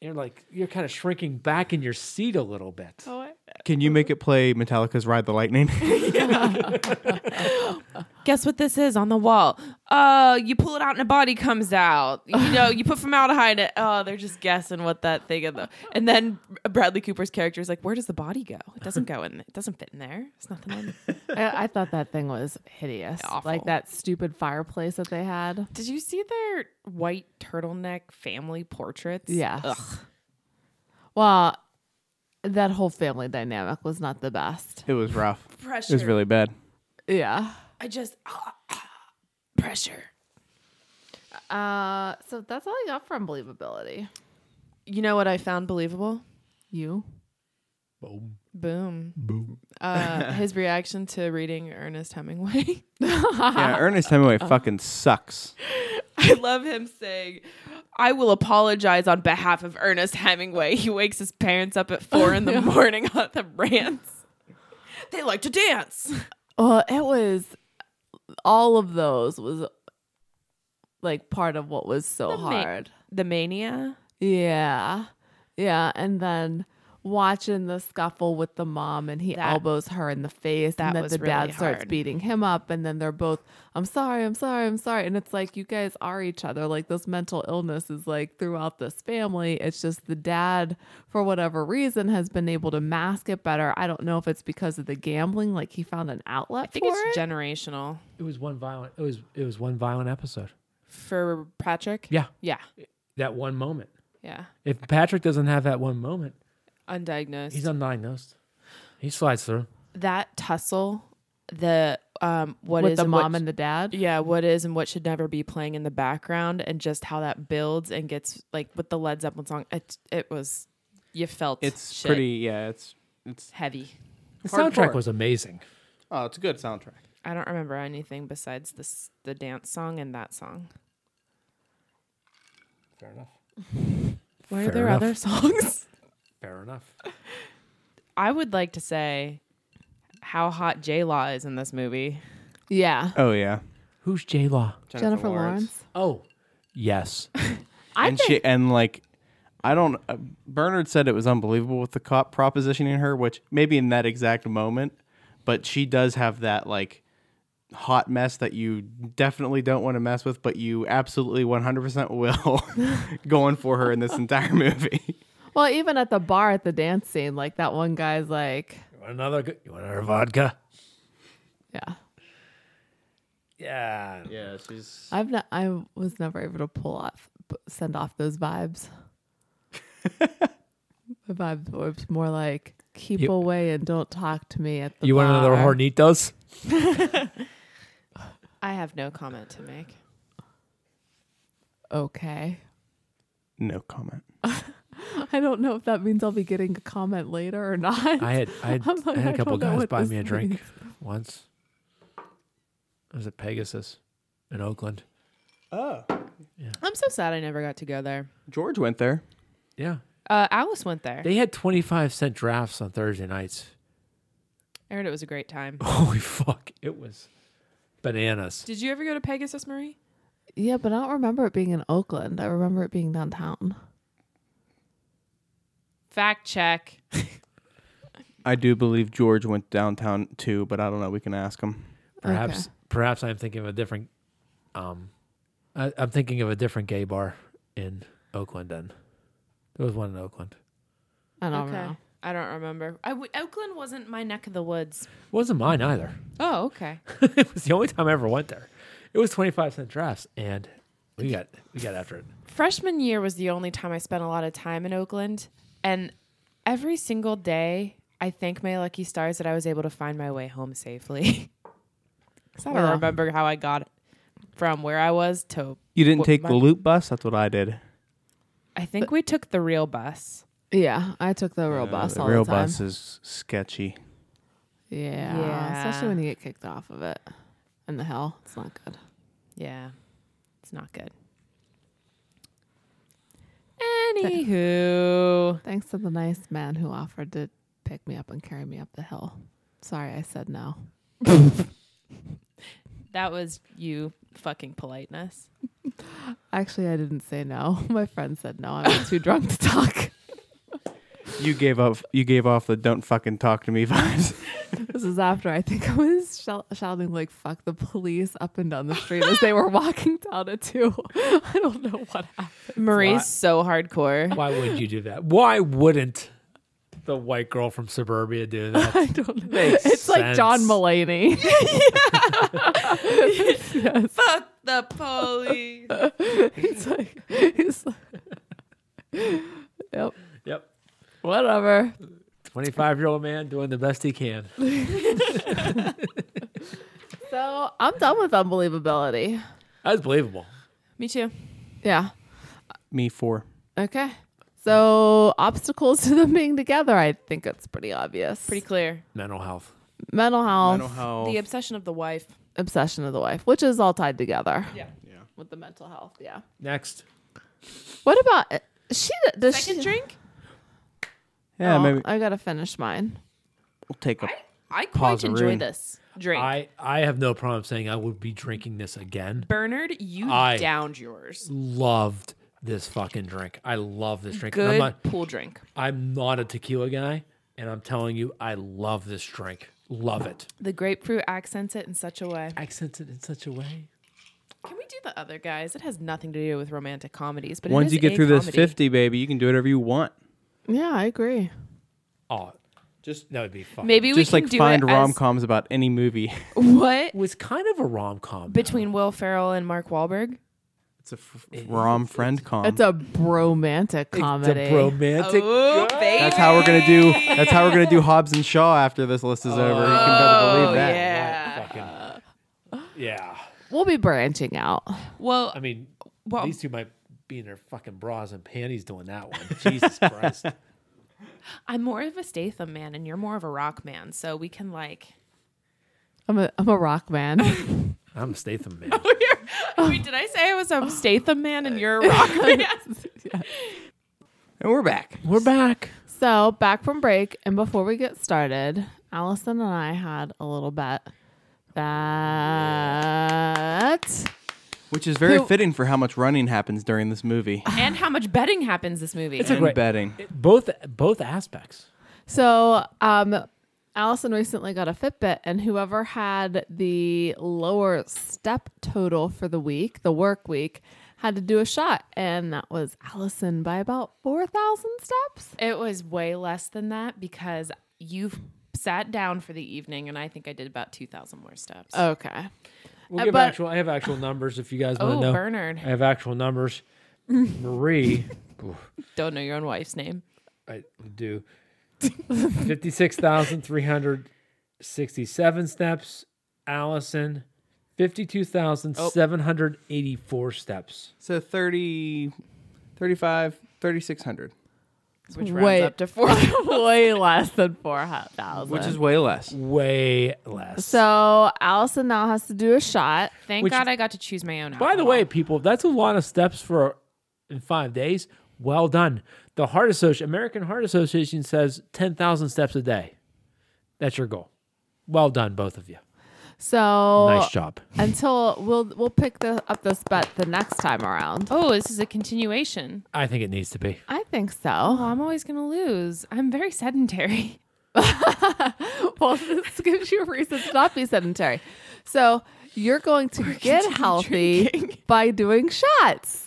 D: you're like, you're kind of shrinking back in your seat a little bit.
B: Oh,
C: Can you make it play Metallica's "Ride the Lightning"?
B: Guess what this is on the wall? Uh, you pull it out and a body comes out. You know, you put formaldehyde. In, oh, they're just guessing what that thing is. And then Bradley Cooper's character is like, "Where does the body go? It doesn't go in. It doesn't fit in there. It's nothing in." there."
A: I, I thought that thing was hideous.
B: Awful.
A: Like that stupid fireplace that they had.
B: Did you see their white turtleneck family portraits?
A: Yes.
B: Ugh.
A: Well, that whole family dynamic was not the best.
C: it was rough. It was
B: Pressure.
C: really bad.
A: Yeah.
B: I just pressure.
A: Uh, so that's all I got from believability.
B: You know what I found believable?
A: You.
B: Boom. Boom. Uh, his reaction to reading Ernest Hemingway.
C: Yeah, Ernest Hemingway
D: Uh-huh.
C: fucking sucks.
B: I love him saying, I will apologize on behalf of Ernest Hemingway. He wakes his parents up at four in the morning on the rants. They like to dance.
A: Well, it was all of those was like part of what was so
B: ma-
A: hard.
B: The mania.
A: yeah. Yeah. And then watching the scuffle with the mom and he
B: That-
A: elbows her in the face
B: that
A: and then
B: was
A: the
B: really
A: dad starts
B: hard.
A: beating him up and then they're both I'm sorry, I'm sorry, I'm sorry. And it's like you guys are each other. Like this mental illness is like throughout this family. It's just the dad for whatever reason has been able to mask it better. I don't know if it's because of the gambling, like he found an outlet
B: I think
A: for
B: it's
A: it.
B: generational.
D: It was one violent. It was it was one violent episode.
B: For Patrick?
D: Yeah,
B: Yeah.
D: that one moment.
B: Yeah.
D: If Patrick doesn't have that one moment,
B: Undiagnosed.
D: he's undiagnosed. He slides through.
B: that tussle, the um what
A: with
B: is
A: the
B: and what-
A: mom and the dad.
B: yeah, what is and what should never be playing in the background and just how that builds and gets like with the Led Zeppelin song, it it was you felt
C: It's
B: shit
C: pretty. Yeah, it's it's
B: heavy.
D: The soundtrack
C: Hardcore.
D: was amazing.
C: Oh, it's a good soundtrack.
B: I don't remember anything besides this the dance song and that song.
D: Fair enough.
B: Were
D: Fair
B: there
D: enough.
B: other songs?
D: Fair enough.
B: I would like to say how hot J Law is in this movie.
A: Yeah.
C: Oh yeah,
D: Who's J Law?
A: Jennifer, Lawrence.
D: Oh, yes.
A: I
C: and
A: think
C: she and like I don't. Uh, Bernard said it was unbelievable with the cop propositioning her, which maybe in that exact moment, but she does have that like hot mess that you definitely don't want to mess with, but you absolutely 100% will going for her in this entire movie.
A: well, even at the bar at the dance scene, like that one guy's like,
D: You want another? Good, you want another vodka?
A: yeah.
D: Yeah.
C: Yeah, she's
A: I've not, I was never able to pull off, b- send off those vibes. the vibes were more like keep
D: You-
A: away and don't talk to me at the.
D: You want another
A: bar."
D: hornitos?
B: I have no comment to make.
A: Okay.
C: no comment.
A: I don't know if that means I'll be getting a comment later or not.
D: I had I had,
A: I'm like,
D: I had
A: I
D: a couple
A: don't know
D: guys
A: what
D: buy
A: this
D: me a drink
A: means.
D: once. I was at Pegasus in Oakland.
C: Oh,
B: I'm so sad I never got to go there.
C: George went there.
D: Yeah,
B: Uh, Alice went there.
D: they had twenty five cent drafts on Thursday nights.
B: I heard it was a great time.
D: Holy fuck! It was bananas.
B: Did you ever go to Pegasus, Marie?
A: yeah, but I don't remember it being in Oakland. I remember it being downtown.
B: Fact check.
C: I do believe George went downtown too, but I don't know. We can ask him.
D: Perhaps
A: Okay.
D: perhaps I'm thinking of a different. Um, I, I'm thinking of a different gay bar in Oakland. Then there was one in Oakland.
A: I don't know.
B: I don't remember. I w- Oakland wasn't my neck of the woods.
D: wasn't mine either.
B: Oh, okay.
D: it was the only time I ever went there. It was twenty five cent drafts, and we got we got after it.
B: Freshman year was the only time I spent a lot of time in Oakland. And every single day, I thank my lucky stars that I was able to find my way home safely. Because I don't
A: Wow.
B: remember how I got from where I was to.
C: You didn't
B: What-
C: take
B: my-
C: the loop bus? That's what I did.
B: I think we took the real bus.
A: Yeah, I took the real bus all
C: Uh, real
A: the time.
C: bus is sketchy.
A: yeah,
B: Yeah.
A: especially when you get kicked off of it. In the hell, it's not good.
B: Yeah. It's not good. Anywho.
A: Thanks to the nice man who offered to pick me up and carry me up the hill. Sorry, I said no.
B: That was you fucking politeness.
A: Actually, I didn't say no. My friend said no. I was too drunk to talk.
C: You gave up. You gave off the "don't fucking talk to me" vibes.
A: This is after I think I was shou- shouting like "fuck the police" up and down the street as they were walking down it too. I don't know what happened.
B: Marie's so hardcore.
D: Why would you do that? Why wouldn't the white girl from suburbia do that?
A: I don't know.
D: Makes
A: it's like John
D: sense.
A: Mulaney.
B: Fuck the police.
A: he's like, he's like, yep,
D: yep.
A: whatever.
D: 25 year old man doing the best he can.
A: So I'm done with unbelievability.
D: That was believable.
B: Me too.
A: Yeah.
C: me four.
A: Okay. So obstacles to them being together, I think it's pretty obvious.
B: Pretty clear.
D: Mental health.
A: mental health,
C: how.
B: The obsession of the wife.
A: obsession of the wife, which is all tied together.
B: Yeah.
C: Yeah.
A: With the mental health, yeah.
D: Next.
A: What about eh, she? Does she?
B: Second drink?
C: yeah,
A: Oh,
C: maybe
A: I gotta finish mine.
C: we'll take a.
B: I
C: Pause
B: quite
C: the
B: enjoy
C: room.
B: this drink.
D: I, I have no problem saying I would be drinking this again.
B: Bernard, you
D: I-
B: downed yours.
D: Loved this fucking drink. I love this drink. And
B: Good
D: I'm, not,
B: pool drink.
D: I'm not a tequila guy, and I'm telling you, I love this drink. Love it.
B: The grapefruit accents it in such a way.
D: Accents it in such a way.
B: Can we do the other guys? It has nothing to do with romantic comedies, but it
C: Once
B: is
C: you get
B: a
C: through this
B: comedy.
C: fifty, baby, you can do whatever you want.
A: Yeah, I agree.
D: Oh,
C: Just
D: that would be fun.
B: maybe we
C: Just
B: can
C: like
B: do
C: find
B: it
C: rom coms about any movie.
B: As, what
D: It was kind of a rom com.
B: between Will Ferrell and Mark Wahlberg?
C: It's a f- rom friend com.
A: It's a bromantic comedy.
D: It's a romantic.
B: baby.
C: that's how we're gonna do. That's how we're gonna do Hobbs and Shaw after this list is over. You can better believe that.
B: Oh, Yeah.
D: Fucking- yeah.
A: we'll be branching out.
B: Well,
D: I mean,
B: well,
D: these two might be in their fucking bras and panties doing that one. Jesus Christ.
B: I'm more of a Statham man, and you're more of a rock man, so we can like.
A: I'm a I'm a rock man.
D: I'm Statham man.
B: Wait, did I say I was a Statham man and you're a rock man?
C: And we're back.
D: We're back.
A: so back from break, and before we get started, Allison and I had a little bet that
C: Which is very
A: Who-
C: fitting for how much running happens during this movie.
B: and how much betting happens this movie?
D: a
C: and
D: great-
C: betting.
D: Both both aspects.
A: so um. Allison recently got a Fitbit, and whoever had the lower step total for the week, the work week, had to do a shot. And that was Allison by about 4,000 steps.
B: It was way less than that because you've sat down for the evening, and I think I did about two thousand more steps.
A: Okay.
D: We'll
A: Uh,
D: give
A: but-
D: actual. I have actual numbers if you guys want to
B: oh,
D: know.
B: Bernard,
D: I have actual numbers. Marie,
B: don't know your own wife's name.
D: I do fifty-six thousand three hundred sixty-seven steps. Allison, fifty-two thousand seven hundred eighty-four steps.
C: So 30, 35, 3,600,
B: Which
A: Wait.
B: rounds up to four.
A: way less than 4,000.
C: which is way less.
D: Way less.
A: So Allison now has to do a shot.
B: Thank God I got to choose my own.
D: By the
B: alcohol.
D: way, people, that's a lot of steps for in five days. Well done. The Heart Association, American Heart Association says 10,000 steps a day. That's your goal. Well done, both of you.
A: So
D: nice job.
A: until we'll we'll pick the, up this bet the next time around.
B: oh, this is a continuation.
D: I think it needs to be.
A: I think
B: Oh,
A: so.
B: I'm always gonna lose. I'm very sedentary.
A: well, this gives you a reason to not be sedentary. So you're going to get healthy by doing shots.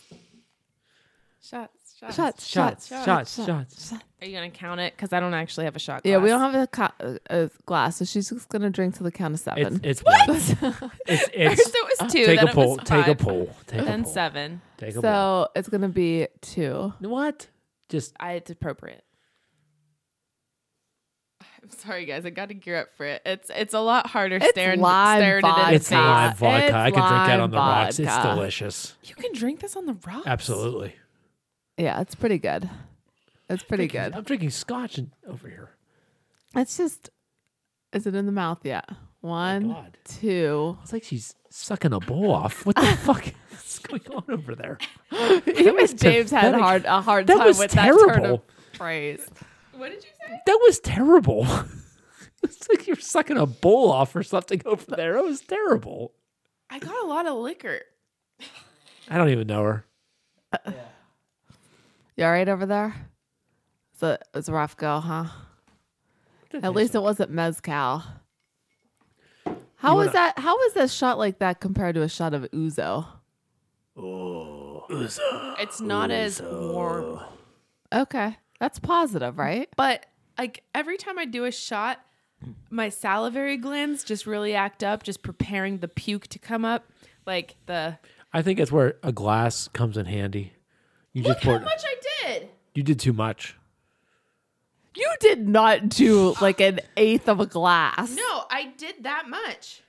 B: Shots, shots.
A: Shots, shots,
D: Shots,
A: shots.
D: shots, shots.
B: Are you gonna count it? Because I don't actually have a shot. Glass.
A: Yeah, we don't have a, co- a glass, so she's just gonna drink to the count of
D: It's,
A: seven.
D: it's what? It's, it's
B: First it was two.
D: take
B: then
D: a poll.
B: It was
D: Take a
B: five,
D: poll. Take a
B: Then
D: poll.
B: seven.
D: Take a poll.
A: so it's gonna be two.
D: What? Just
B: I, it's appropriate. I'm sorry, guys. I got to gear up for it. It's it's a lot harder
A: It's
B: staring
A: lime
B: staring it in
A: vodka.
B: the
D: it's
B: face.
D: live vodka.
A: It's
D: I can drink that
A: lime
D: on the rocks. It's
A: vodka.
D: delicious.
B: You can drink this on the rocks.
D: Absolutely.
A: Yeah, it's pretty good. It's pretty good.
D: I'm drinking scotch and, over here.
A: It's just, is it in the mouth yet? One,
D: Oh God.
A: two.
D: It's like she's sucking a bowl off. What the fuck is going on over there? was
A: Even James had
D: pathetic.
A: hard a hard
D: That
A: time
D: was
A: with that turn of
D: terrible.
A: phrase.
B: What did you say?
D: That was terrible. it's like you're sucking a bowl off or something over there. It was terrible.
B: I got a lot of liquor.
D: I don't even know her.
A: You all right over there? It's a, it's a rough go, huh? At least it wasn't mezcal. How was that? How was that shot like that compared to a shot of ouzo?
B: It's not as warm,
A: Okay, that's positive, right?
B: but like every time I do a shot, my salivary glands just really act up, just preparing the puke to come up. Like the
D: I think that's where a glass comes in handy. You just poured.
B: I did.
D: You did too much.
A: You did not do like an eighth of a glass.
B: No, I did that much.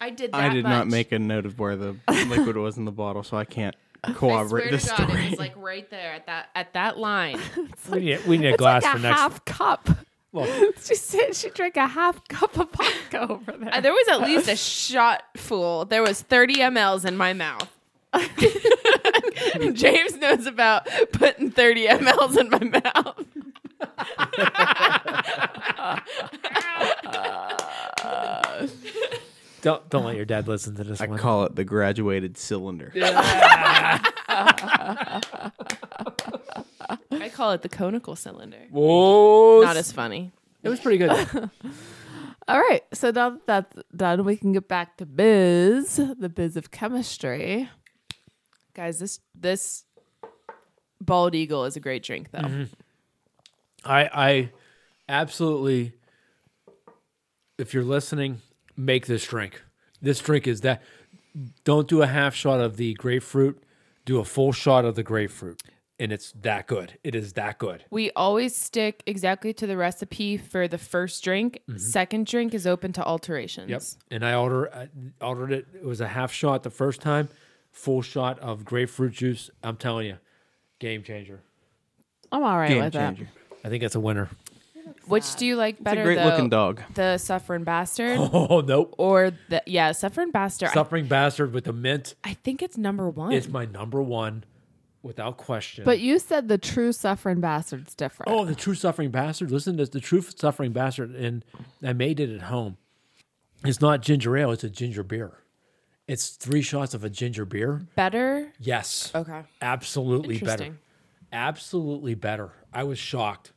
B: I did. That
C: I did not
B: much.
C: make a note of where the liquid was in the bottle, so I can't
B: I swear
C: corroborate
B: to
C: this
B: God,
C: story.
B: it was like right there at that at that line.
D: we need, we need a
A: it's
D: glass
A: like a
D: for next.
A: half cup.
D: Well,
A: She said she drank a half cup of vodka over there.
B: Uh, there was at least a shot full. There was 30 mLs in my mouth. James knows about putting 30 mLs in my mouth.
D: don't don't let your dad listen to this
C: I
D: one.
C: call it the graduated cylinder.
B: I call it the conical cylinder.
D: Whoa,
B: Not as funny.
D: it was pretty good.
A: All right. So now that that's done, we can get back to biz, the biz of chemistry.
B: Guys, this this bald eagle is a great drink though.
D: I I absolutely if you're listening, make this drink. This drink is that don't do a half shot of the grapefruit, do a full shot of the grapefruit. And it's that good. It is that good.
B: We always stick exactly to the recipe for the first drink. Second drink is open to alterations.
D: Yep. And I order I ordered it. It was a half shot the first time, full shot of grapefruit juice. I'm telling you, game changer.
A: I'm all right
C: Game
A: with
C: changer.
A: that.
D: I think that's a winner.
B: Which do you like better?
C: great
B: though?
C: looking dog.
B: The suffering bastard
D: Oh nope.
B: or the yeah suffering bastard. I,
D: Suffering bastard with the mint.
B: I think it's number one.
D: It's my number one, without question.
A: But you said the true suffering bastard's different.
D: Oh, the true suffering bastard. Listen to this, the true suffering bastard, and I made it at home. It's not ginger ale; it's a ginger beer. It's three shots of a ginger beer.
B: better.
D: Yes,
B: Okay.
D: absolutely better.
B: Interesting.
D: Absolutely better. I was shocked.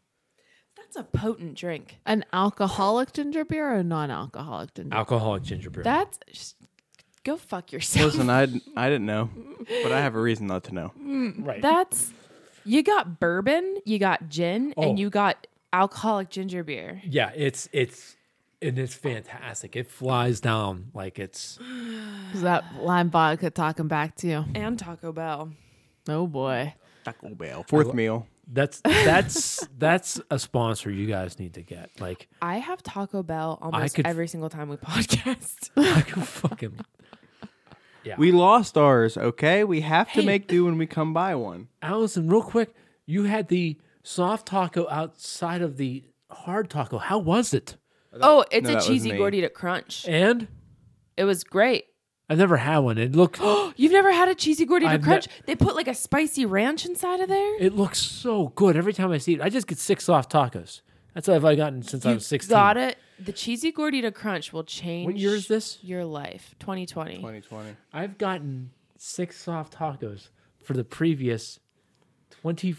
B: That's a potent drink.
A: An alcoholic ginger beer or a non-alcoholic ginger?
D: Alcoholic ginger beer.
B: That's sh- go fuck yourself.
C: Listen, I I didn't know, but I have a reason not to know.
B: Mm.
D: right.
B: That's you got bourbon, you got gin,
D: Oh.
B: and you got alcoholic ginger beer.
D: yeah, it's it's and it's fantastic. It flies down like it's
A: Is that lime vodka talking back to you?
B: And Taco Bell.
A: Oh boy.
C: Taco Bell. Fourth meal.
D: that's that's that's a sponsor you guys need to get. Like
B: I have Taco Bell almost
D: could-
B: every single time we podcast.
D: I can fucking
C: We lost ours. Okay, we have to
B: Hey.
C: make do when we come by one.
D: Allison, real quick, you had the soft taco outside of the hard taco. How was it?
B: oh, it's
C: no, that
B: a
C: was
B: cheesy
C: me.
B: gordita crunch.
D: And
B: It was great.
D: I've never had one. It looked
B: You've never had a cheesy gordita
D: I've ne-
B: crunch? they put like a spicy ranch inside of there.
D: it looks so good every time I see it. I just get six soft tacos. That's all I've gotten since I was sixteen.
B: Got it. The cheesy gordita crunch will change
D: What year is this?
B: your life. 2020.
C: Twenty twenty.
D: I've gotten six soft tacos for the previous twenty.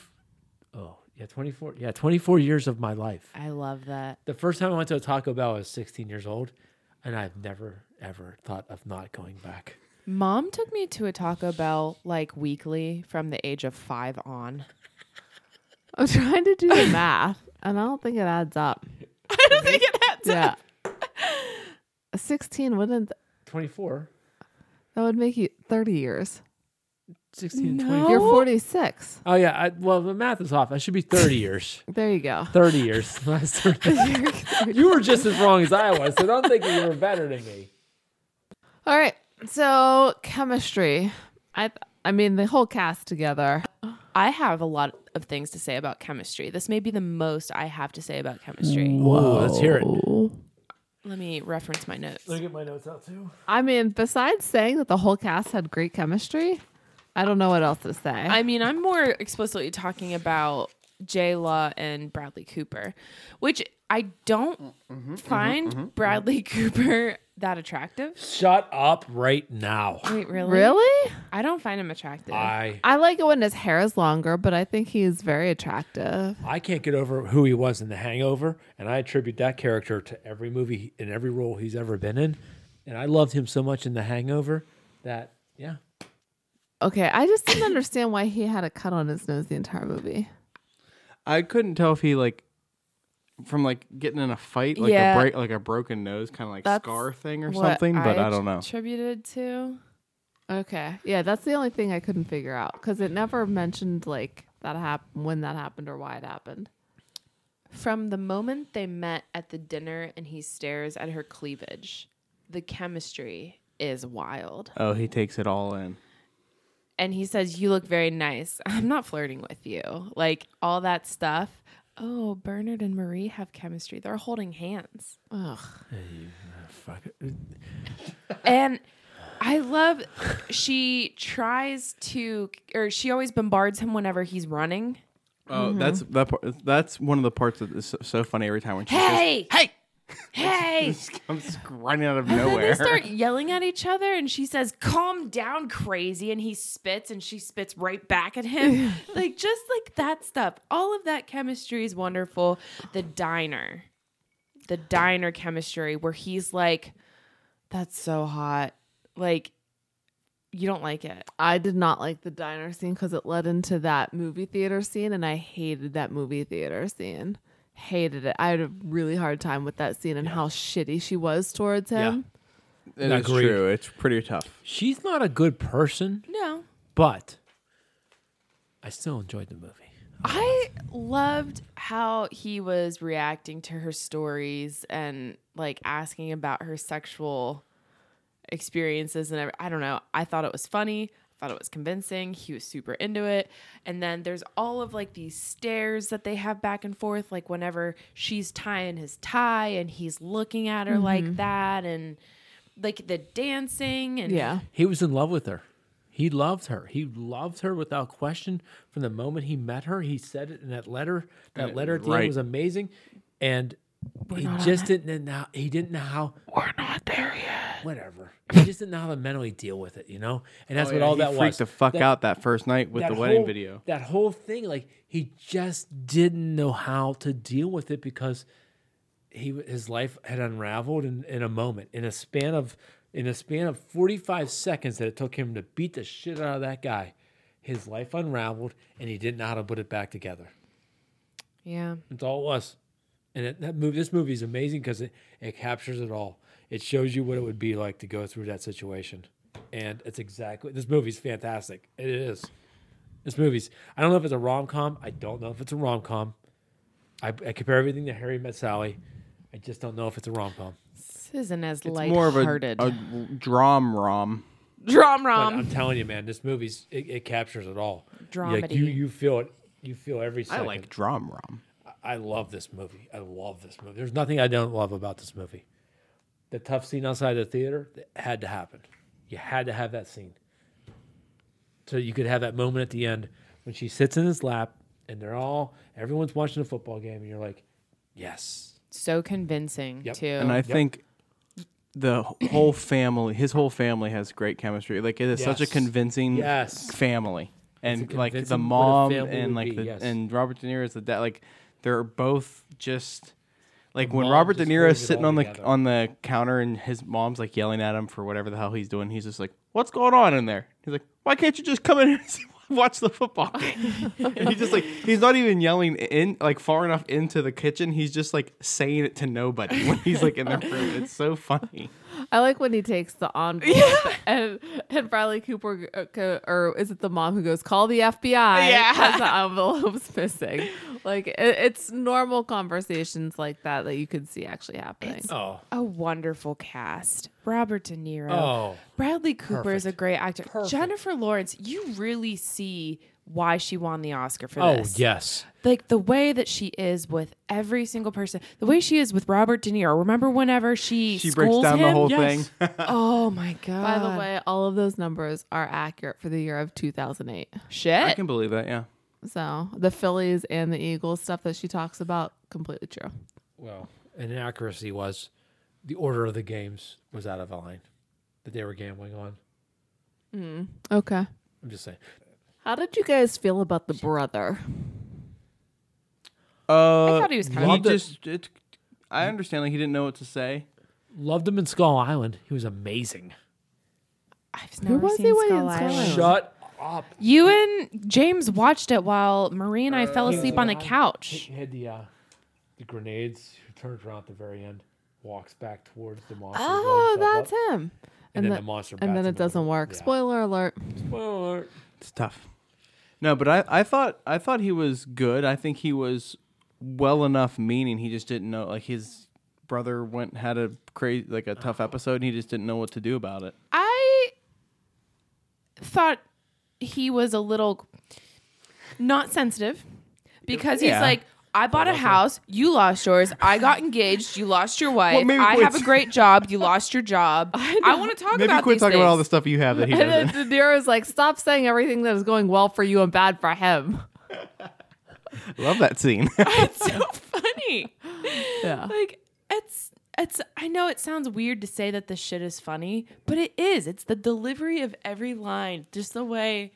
D: Oh yeah, twenty four. Yeah, twenty four years of my life.
B: I love that.
D: The first time I went to a Taco Bell, I was sixteen years old, and I've never ever thought of not going back.
B: Mom took me to a Taco Bell like weekly from the age of 5 on.
A: I'm trying to do the math and I don't think it adds up.
B: I don't think it adds
A: Yeah. 16 wouldn't
D: Twenty four.
A: that would make you 30 years.
D: 16
B: No.
D: 20.
A: You're
B: Oh.
A: 46.
D: Oh yeah, I, well the math is off. I should be 30 years.
A: There you go.
D: 30 years. Last 30. you were just as wrong as I was, so don't think you were better than me.
A: All right. So, chemistry. I th- I mean the whole cast together.
B: I have a lot of things to say about chemistry. This may be the most I have to say about chemistry.
D: Whoa, let's hear it.
B: Let me reference my notes.
D: get my notes out too.
A: I mean, besides saying that the whole cast had great chemistry, I don't know what else to say.
B: I mean, I'm more explicitly talking about J Law and Bradley Cooper, which I don't find Bradley Cooper that attractive.
D: Shut up right now.
B: Wait, really?
A: really?
B: I don't find him attractive.
D: I
A: I like it when his hair is longer, but I think he is very attractive.
D: I can't get over who he was in The Hangover, and I attribute that character to every movie and every role he's ever been in. And I loved him so much in The Hangover that yeah.
A: Okay, I just didn't understand why he had a cut on his nose the entire movie.
C: I couldn't tell if he like from like getting in a fight, like
B: Yeah.
C: a break, like a broken nose, kind of like
B: That's
C: scar thing or
B: What
C: something. But I don't know.
B: Attributed to
A: Okay, yeah, that's the only thing I couldn't figure out because it never mentioned like that happened, when that happened, or why it happened.
B: from the moment they met at the dinner and he stares at her cleavage, the chemistry is wild.
C: oh, he takes it all in.
B: and he says, "You look very nice. I'm not flirting with you." Like all that stuff. Oh, Bernard and Marie have chemistry. They're holding hands.
A: Ugh.
D: uh, Fuck it.
B: And I love she tries to or she always bombards him whenever he's running.
C: Oh, that's
B: Mm-hmm.
C: that part. That's one of the parts that is so, so funny every time when she just
B: Hey! Hey! Hey!
C: comes running out of
B: And then they
C: nowhere.
B: start yelling at each other, and she says, "Calm down, crazy!" And he spits, and she spits right back at him, like just like that stuff. All of that chemistry is wonderful. The diner, the diner chemistry, where he's like, "That's so hot," like you don't like it.
A: I did not like the diner scene because it led into that movie theater scene, and I hated that movie theater scene. Hated it. I had a really hard time with that scene and how shitty she was towards
D: Yeah.
A: him.
C: It is
D: Agreed.
C: true. It's pretty tough.
D: She's not a good person,
B: No,
D: but I still enjoyed the movie.
B: I loved how he was reacting to her stories and like asking about her sexual experiences and every, I don't know. I thought it was funny. I thought it was convincing. He was super into it. And then there's all of like these stares that they have back and forth, like whenever she's tying his tie and he's looking at her like that, and like the dancing and
A: Yeah.
D: He was in love with her. He loved her. He loved her without question from the moment he met her. He said it in that letter. That letter at the end
C: Uh, right.
D: was amazing, and he just didn't know. He didn't know how. We're not there yet. Whatever. He just didn't know how to mentally deal with it. You know, and that's what all
C: Oh, he
D: that
C: freaked
D: was.
C: the fuck
D: That-
C: out that first night with
D: that
C: the wedding
D: whole-
C: video.
D: That whole thing, like he just didn't know how to deal with it because he his life had unraveled in, in a moment, in a span of in a span of forty five seconds that it took him to beat the shit out of that guy. His life unraveled, and he didn't know how to put it back together.
B: yeah.
D: That's all it was. And it, that movie, this movie is amazing because it, it captures it all. It shows you what it would be like to go through that situation. And it's exactly, this movie's fantastic. It is. This movie's, I don't know if it's a rom com. I don't know if it's a rom com. I, I compare everything to Harry Met Sally. I just don't know if it's a rom com.
B: This isn't as
C: It's more of a,
B: lighthearted.
C: a drum rom.
B: Drum
D: But
B: rom.
D: I'm telling you, man, this movie's, it, it captures it all. Like
B: Dramedy.
D: you, you feel it. You feel every
C: I
D: second.
C: like drum
D: Oh,
C: rom.
D: I love this movie. I love this movie. There's nothing I don't love about this movie. The tough scene outside the theater that had to happen. You had to have that scene. So you could have that moment at the end when she sits in his lap and they're all everyone's watching a football game and you're like, Yes.
B: so convincing
D: Yep.
B: too.
C: uh, And I think the whole family, his whole family has great chemistry. Like it is such a
D: Yes.
C: convincing
D: Yes.
C: family. And
D: a
C: like the
D: convincing what a
C: mom
D: family
C: and
D: would
C: like
D: be,
C: the
D: yes.
C: and Robert De Niro is the dad. Like they're both just like when
D: mom
C: Robert De
D: just
C: Niro's
D: holds it
C: sitting
D: all
C: on the
D: together.
C: on the counter and his mom's like yelling at him for whatever the hell he's doing. He's just like, "What's going on in there?" He's like, "Why can't you just come in here and watch the football?" game?" and he's just like, he's not even yelling in like far enough into the kitchen. He's just like saying it to nobody when he's like in the room. It's so funny.
A: I like when he takes the envelope and and Bradley Cooper uh, go- or is it the mom who goes call the FBI?
B: Yeah.
A: 'cause the envelope's missing. Like it, it's normal conversations like that that you could see actually happening.
D: Oh.
B: a wonderful cast. Robert De Niro.
D: Oh.
B: Bradley Cooper is a
D: Perfect.
B: great actor.
D: Perfect.
B: Jennifer Lawrence, you really see why she won the Oscar for
D: Oh
B: this.
D: yes.
B: Like the way that she is with every single person, the way she is with Robert De Niro. Remember whenever she
C: She breaks
B: schools
C: down
B: him?
C: the whole
D: Yes.
C: thing.
B: Oh my god!
A: By the way, all of those numbers are accurate for the year of 2008.
C: I
B: shit.
C: can believe that. Yeah.
A: So the Phillies and the Eagles stuff that she talks about completely true.
D: Well, an inaccuracy was the order of the games was out of line that they were gambling on.
A: Okay.
D: I'm just saying.
A: How did you guys feel about the brother?
C: Uh,
B: I thought he was kind
C: he
D: Loved it.
C: just. It, I understand. Like he didn't know what to say.
D: Loved him in Skull Island. He was amazing.
B: I've never
A: was
B: seen
A: he when
B: Skull
A: in Skull
B: Island.
A: Island?
D: Shut up.
B: You and James watched it while Marie and I fell
C: Uh,
B: asleep on the couch.
D: He had the uh, the grenades. Who turns around at the very end, walks back towards the monster.
A: Oh,
D: blows
A: that's
D: himself up,
A: him.
D: And, then
A: the-
D: the monster.
A: And
D: bats
A: then
D: him
A: it doesn't
D: over.
A: work.
D: Yeah.
A: Spoiler alert.
D: Spoiler.
C: It's tough. No, but I, I thought I thought he was good. I think he was well enough meaning. He just didn't know like his brother went had a crazy like a tough episode and he just didn't know what to do about it.
B: I thought he was a little not sensitive because he's
C: Yeah.
B: like, I bought a house, you lost yours, I got engaged, you lost your wife,
C: maybe
B: I
C: quit-
B: have a great job, you lost your job. I, want to talk
C: Maybe
B: about
C: quit
B: these
C: talking about all the
B: things.
C: stuff you have that he
A: And then
C: doesn't.
A: De Niro's like, stop saying everything that is going well for you and bad for him.
C: Love that scene.
B: It's so funny.
A: Yeah.
B: Like it's it's I know it sounds weird to say that this shit is funny, but it is. It's the delivery of every line, just the way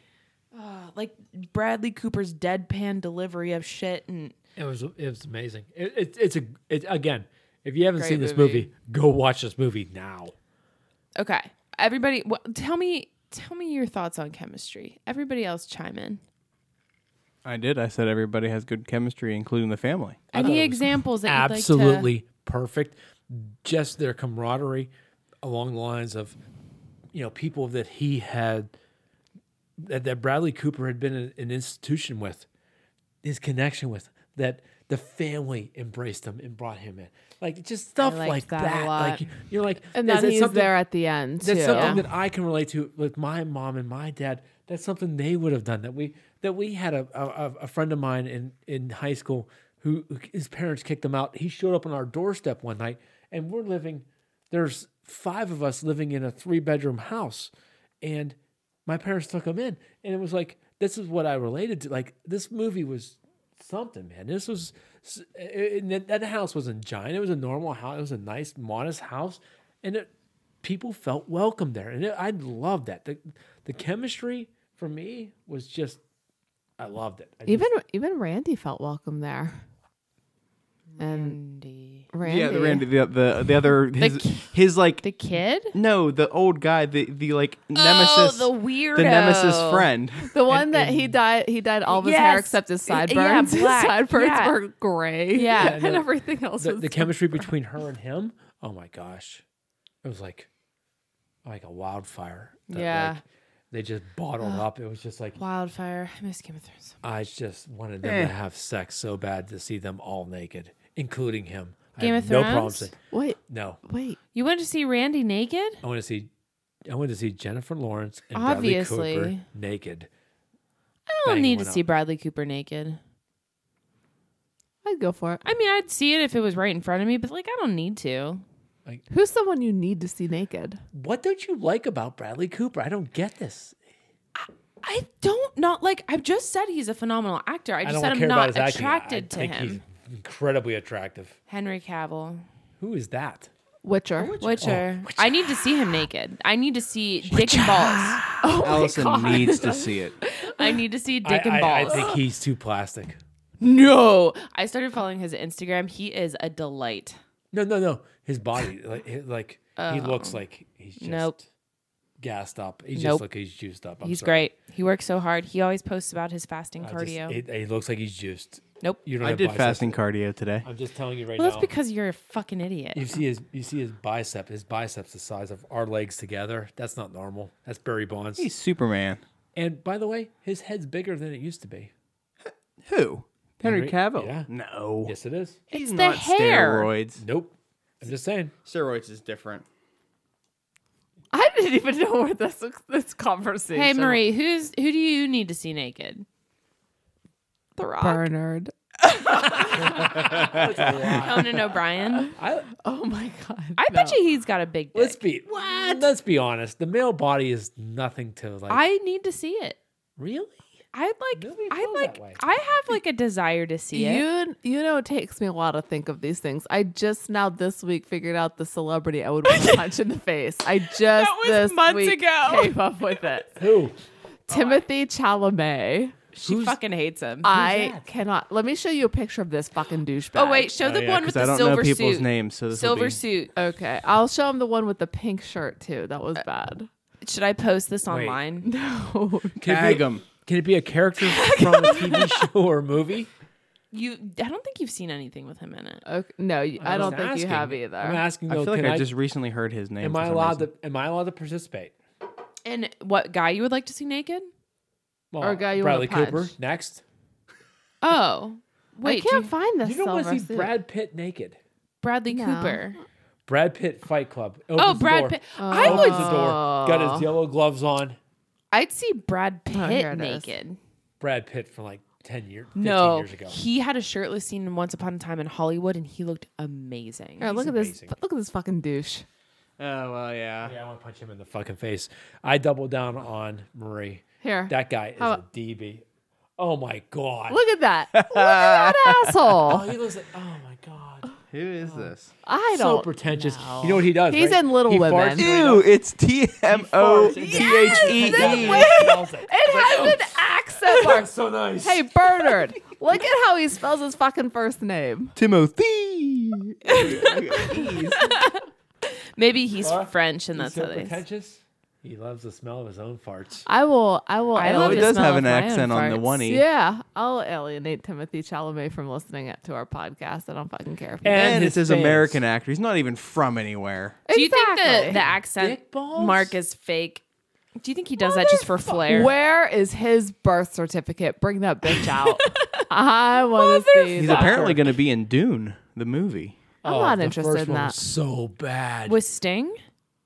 B: uh, like Bradley Cooper's deadpan delivery of shit and
D: It was. It was amazing. It, it, it's a. It, again, if you haven't
A: Great
D: seen this
A: movie.
D: movie, go watch this movie now.
B: Okay. Everybody well, tell me tell me your thoughts on chemistry. Everybody else chime in.
C: I did. I said everybody has good chemistry, including the family.
B: Any examples that you'd like to-
D: absolutely perfect. Just their camaraderie along the lines of, you know, people that he had, that, that Bradley Cooper had been in an institution with, his connection with, that the family embraced him and brought him in. Like just stuff
B: liked
D: like
B: that
D: that.
B: a lot.
D: Like you're like,
A: And
D: is
A: then
D: it
A: he's
D: something-
A: there at the end.
D: that's
A: too.
D: something that I can relate to with my mom and my dad. That's something they would have done. That we that we had a a, a friend of mine in in high school who who- his parents kicked him out. He showed up on our doorstep one night, and we're living. There's five of us living in a three bedroom house, and my parents took him in, and it was like this is what I related to. Like this movie was something, man. This was s- and that that house wasn't giant. It was a normal house. It was a nice, modest house, and it, people felt welcome there, and it, I loved that. the The chemistry for me was just, I loved it. I
A: Even even Randy felt welcome there. And
B: Andy.
A: Randy,
C: Yeah, the Randy, the the, the other his,
A: ki-
C: his like
A: the kid,
C: no, the old guy, the the like nemesis,
B: Oh, the weirdo.
C: the nemesis friend.
A: the one that he died, he dyed all of his hair
B: Yes.
A: except his
B: Y- yeah,
A: sideburns. his
B: black.
A: sideburns
B: Yeah.
A: were gray.
B: Yeah. Yeah,
A: and
D: no.
A: everything else
D: the,
A: was
D: the chemistry between her and him. Oh my gosh, it was like like a wildfire. that,
B: Yeah.
D: like, they just bottled up. It was just like
B: Wildfire. I miss Game of Thrones.
D: I just wanted them
B: Eh.
D: to have sex so bad to see them all naked, including him.
B: Game
D: I
B: of
D: have no problem
B: Thrones?
D: saying
A: wait,
D: no.
A: wait.
B: You went to see Randy naked?
D: I want to see. I want to see Jennifer Lawrence and Bradley
B: Obviously.
D: Cooper naked.
B: I don't
D: Bang
B: need to
D: went
B: see
D: up.
B: Bradley Cooper naked.
A: I'd go for it.
B: I mean, I'd see it if it was right in front of me, but like, I don't need to.
A: Who's someone you need to see naked?
D: What don't you like about Bradley Cooper? I don't get this.
B: I don't not like. I've just said he's a phenomenal actor. I
D: I
B: just
D: don't
B: said I'm
D: care
B: not
D: about his
B: attracted
D: acting. I
B: to
D: think
B: him.
D: He's incredibly attractive.
B: Henry Cavill,
D: Who is that?
A: Witcher.
B: Oh,
D: oh,
B: Witcher. I need to see him naked. I need to see Dick and Balls.
C: Allison needs to see it.
B: I need to see
D: I,
B: Dick and
D: I- I
B: Balls.
D: think he's too plastic.
B: no, I started following his Instagram. He is a delight.
D: No, no, no. His body, like, he- like he looks like he's just
B: Oh. Nope.
D: gassed up. He just
B: Nope.
D: looks like he's juiced up. I'm
B: he's
D: sorry.
B: great. He works so hard. He always posts about his fasting
D: I just-
B: cardio.
D: it- he looks like he's juiced.
B: nope.
D: You don't
C: I
D: have
C: did
D: biceps.
C: fasting cardio today.
D: I'm just telling you right
B: well,
D: now.
B: that's because you're a fucking idiot.
D: You see his you see his bicep. His biceps the size of our legs together. That's not normal. That's Barry Bonds.
C: He's Superman.
D: and by the way, his head's bigger than it used to be.
C: Who? Henry
D: Henry-
C: Cavill.
D: yeah.
C: No.
D: Yes, it is.
C: He's
B: It's the
C: not
B: hair.
C: steroids.
D: Nope. I'm just saying.
C: Steroids is different.
A: I didn't even know where this this conversation.
B: Hey Marie, who's who do you need to see naked? The Rock,
A: Bernard.
B: Conan O'Brien.
D: I
A: Oh my god.
B: I bet you he's got a big dick.
D: let's be what? Let's be honest. The male body is nothing to like.
B: I need to see it.
D: really?
B: I'd like.
D: Nobody
B: I
D: feels
B: like.
D: that way.
B: I have like a desire to see it.
A: You you know it takes me a while to think of these things. I just now this week figured out the celebrity I would want to punch in the face. I just
B: was
A: this
B: months
A: week
B: ago.
A: came up with it.
D: Who?
A: Timothy Chalamet.
B: She
D: Who's-
B: fucking hates him.
A: I cannot. Let me show you a picture of this fucking douchebag.
B: oh wait, show the
C: yeah,
B: one
C: 'cause
B: with
C: I
B: the
C: don't know
B: silver
C: people's
B: suit.
C: names, so this will
B: silver
C: be-
B: suit.
A: Okay, I'll show him the one with the pink shirt too. That
B: Uh,
A: was bad.
B: Should I post this online?
A: No,
C: Tag him.
D: Can it be a character from a TV show or movie?
B: You. I don't think you've seen anything with him in it.
A: okay, no, you- I, don't
D: I'm
A: think you
D: asking.
A: have
D: I'm
A: either.
D: asking.
C: I
D: Though,
C: feel like
D: can
C: I, just recently heard his name.
D: Am
C: for
D: I
C: some
D: allowed
C: reason.
D: to? Am I allowed to participate?
B: And what guy you would like to see naked?
D: Well,
A: Or a guy you wanna
D: Bradley Cooper
A: punch.
D: next.
B: Oh, wait.
A: I
B: do
A: can't
B: you-
A: find this.
D: You don't want
A: silver
D: to see
A: suit.
D: Brad Pitt naked.
B: Bradley
A: No.
B: Cooper.
D: Brad Pitt Fight Club.
B: Oh,
D: Opens the
B: Brad
D: door.
B: Pitt. I would.
D: Opens the door. Got
A: Oh.
D: his yellow gloves on.
B: I'd see Brad Pitt
A: here it is.
B: naked.
D: Brad Pitt from like ten years, fifteen
B: No,
D: years ago.
B: he had a shirtless scene in Once Upon a Time in Hollywood, and he looked amazing.
A: All right, look at this.
D: amazing.
A: Look at this fucking douche.
C: Oh well, yeah.
D: yeah, I want to punch him in the fucking face. I double down on Marie.
A: Here.
D: That guy is
A: How
D: a
A: about-
D: DB. Oh my god.
A: Look at that. Look at that
D: oh,
A: asshole.
D: he looks like. Oh my god.
C: Who is
D: Oh.
C: this?
A: I
D: So
A: don't.
D: pretentious. You know what he does?
A: He's
D: right?
A: in Little
D: he
A: Women.
D: farts, you know
C: Ew! It's T M O T H E
D: he
C: E.
D: does? He smells it.
A: it has an accent mark.
D: That's so nice.
A: Hey, Bernard, look at how he spells his fucking first name.
C: Timothy.
B: Maybe he's
D: Laura,
B: French, and that's
D: He's so
B: how they. say-
D: pretentious. He loves the smell of his own farts.
A: I will. I will.
B: I
C: Oh,
B: love
A: alienate-
C: it
B: the
C: does
B: smell
C: have
B: of
C: an
B: my own
C: accent on the
B: farts.
C: one e.
A: Yeah, I'll alienate Timothy Chalamet from listening it to our podcast. I don't fucking care. If he-
D: And
C: And
D: his
C: it's his
D: fans.
C: American actor. He's not even from anywhere.
B: Do you think
A: Exactly.
B: the, the accent
D: Dick balls?
B: mark is fake? Do you think he does that just for flair?
A: Where is his birth certificate? Bring that bitch out. I want to see.
C: He's
A: that.
C: apparently going to be in Dune, the movie.
A: I'm
D: Oh,
A: not
D: the
A: interested
D: first
A: in
D: one was
A: that.
D: So bad.
B: With Sting?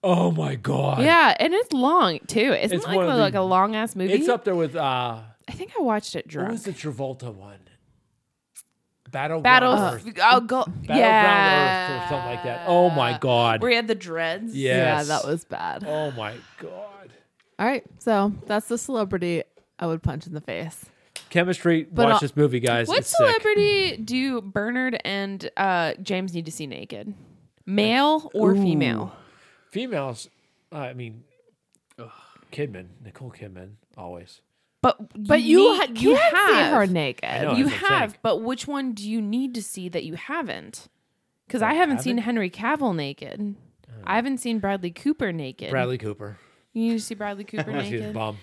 D: Oh my god.
B: Yeah, and it's long too. Isn't
D: It's
B: it like,
D: one of
B: like
D: the-
B: a long ass movie?
D: It's up there with uh
B: I think I watched it
D: what
B: drunk.
D: was the Travolta one? Battle
B: Battle.
D: Earth.
B: I'll go.
D: Battleground
B: yeah.
D: Earth or something like that. Oh my god.
B: Where he had the dreads.
A: Yeah,
D: Yes.
A: that was bad.
D: Oh my god.
A: All right, so that's the celebrity I would punch in the face.
D: Chemistry.
A: But
D: watch
A: I'll-
D: this movie, guys.
B: What
D: it's sick.
B: celebrity do Bernard and uh, James need to see naked? Male or female?
D: Females. Uh, I mean, Kidman, Nicole Kidman, always.
B: But
A: But you,
B: need-
A: ha-
B: you
A: can't see her
B: have
A: naked.
D: know. No,
B: you
D: that's what I'm
B: have,
D: saying.
B: but which one do you need to see that you haven't? Because I haven't seen Henry Cavill naked. I haven't seen Bradley Cooper naked.
D: Oh. Bradley Cooper.
B: You need to see Bradley Cooper
D: Unless he's a
B: naked.
D: bum.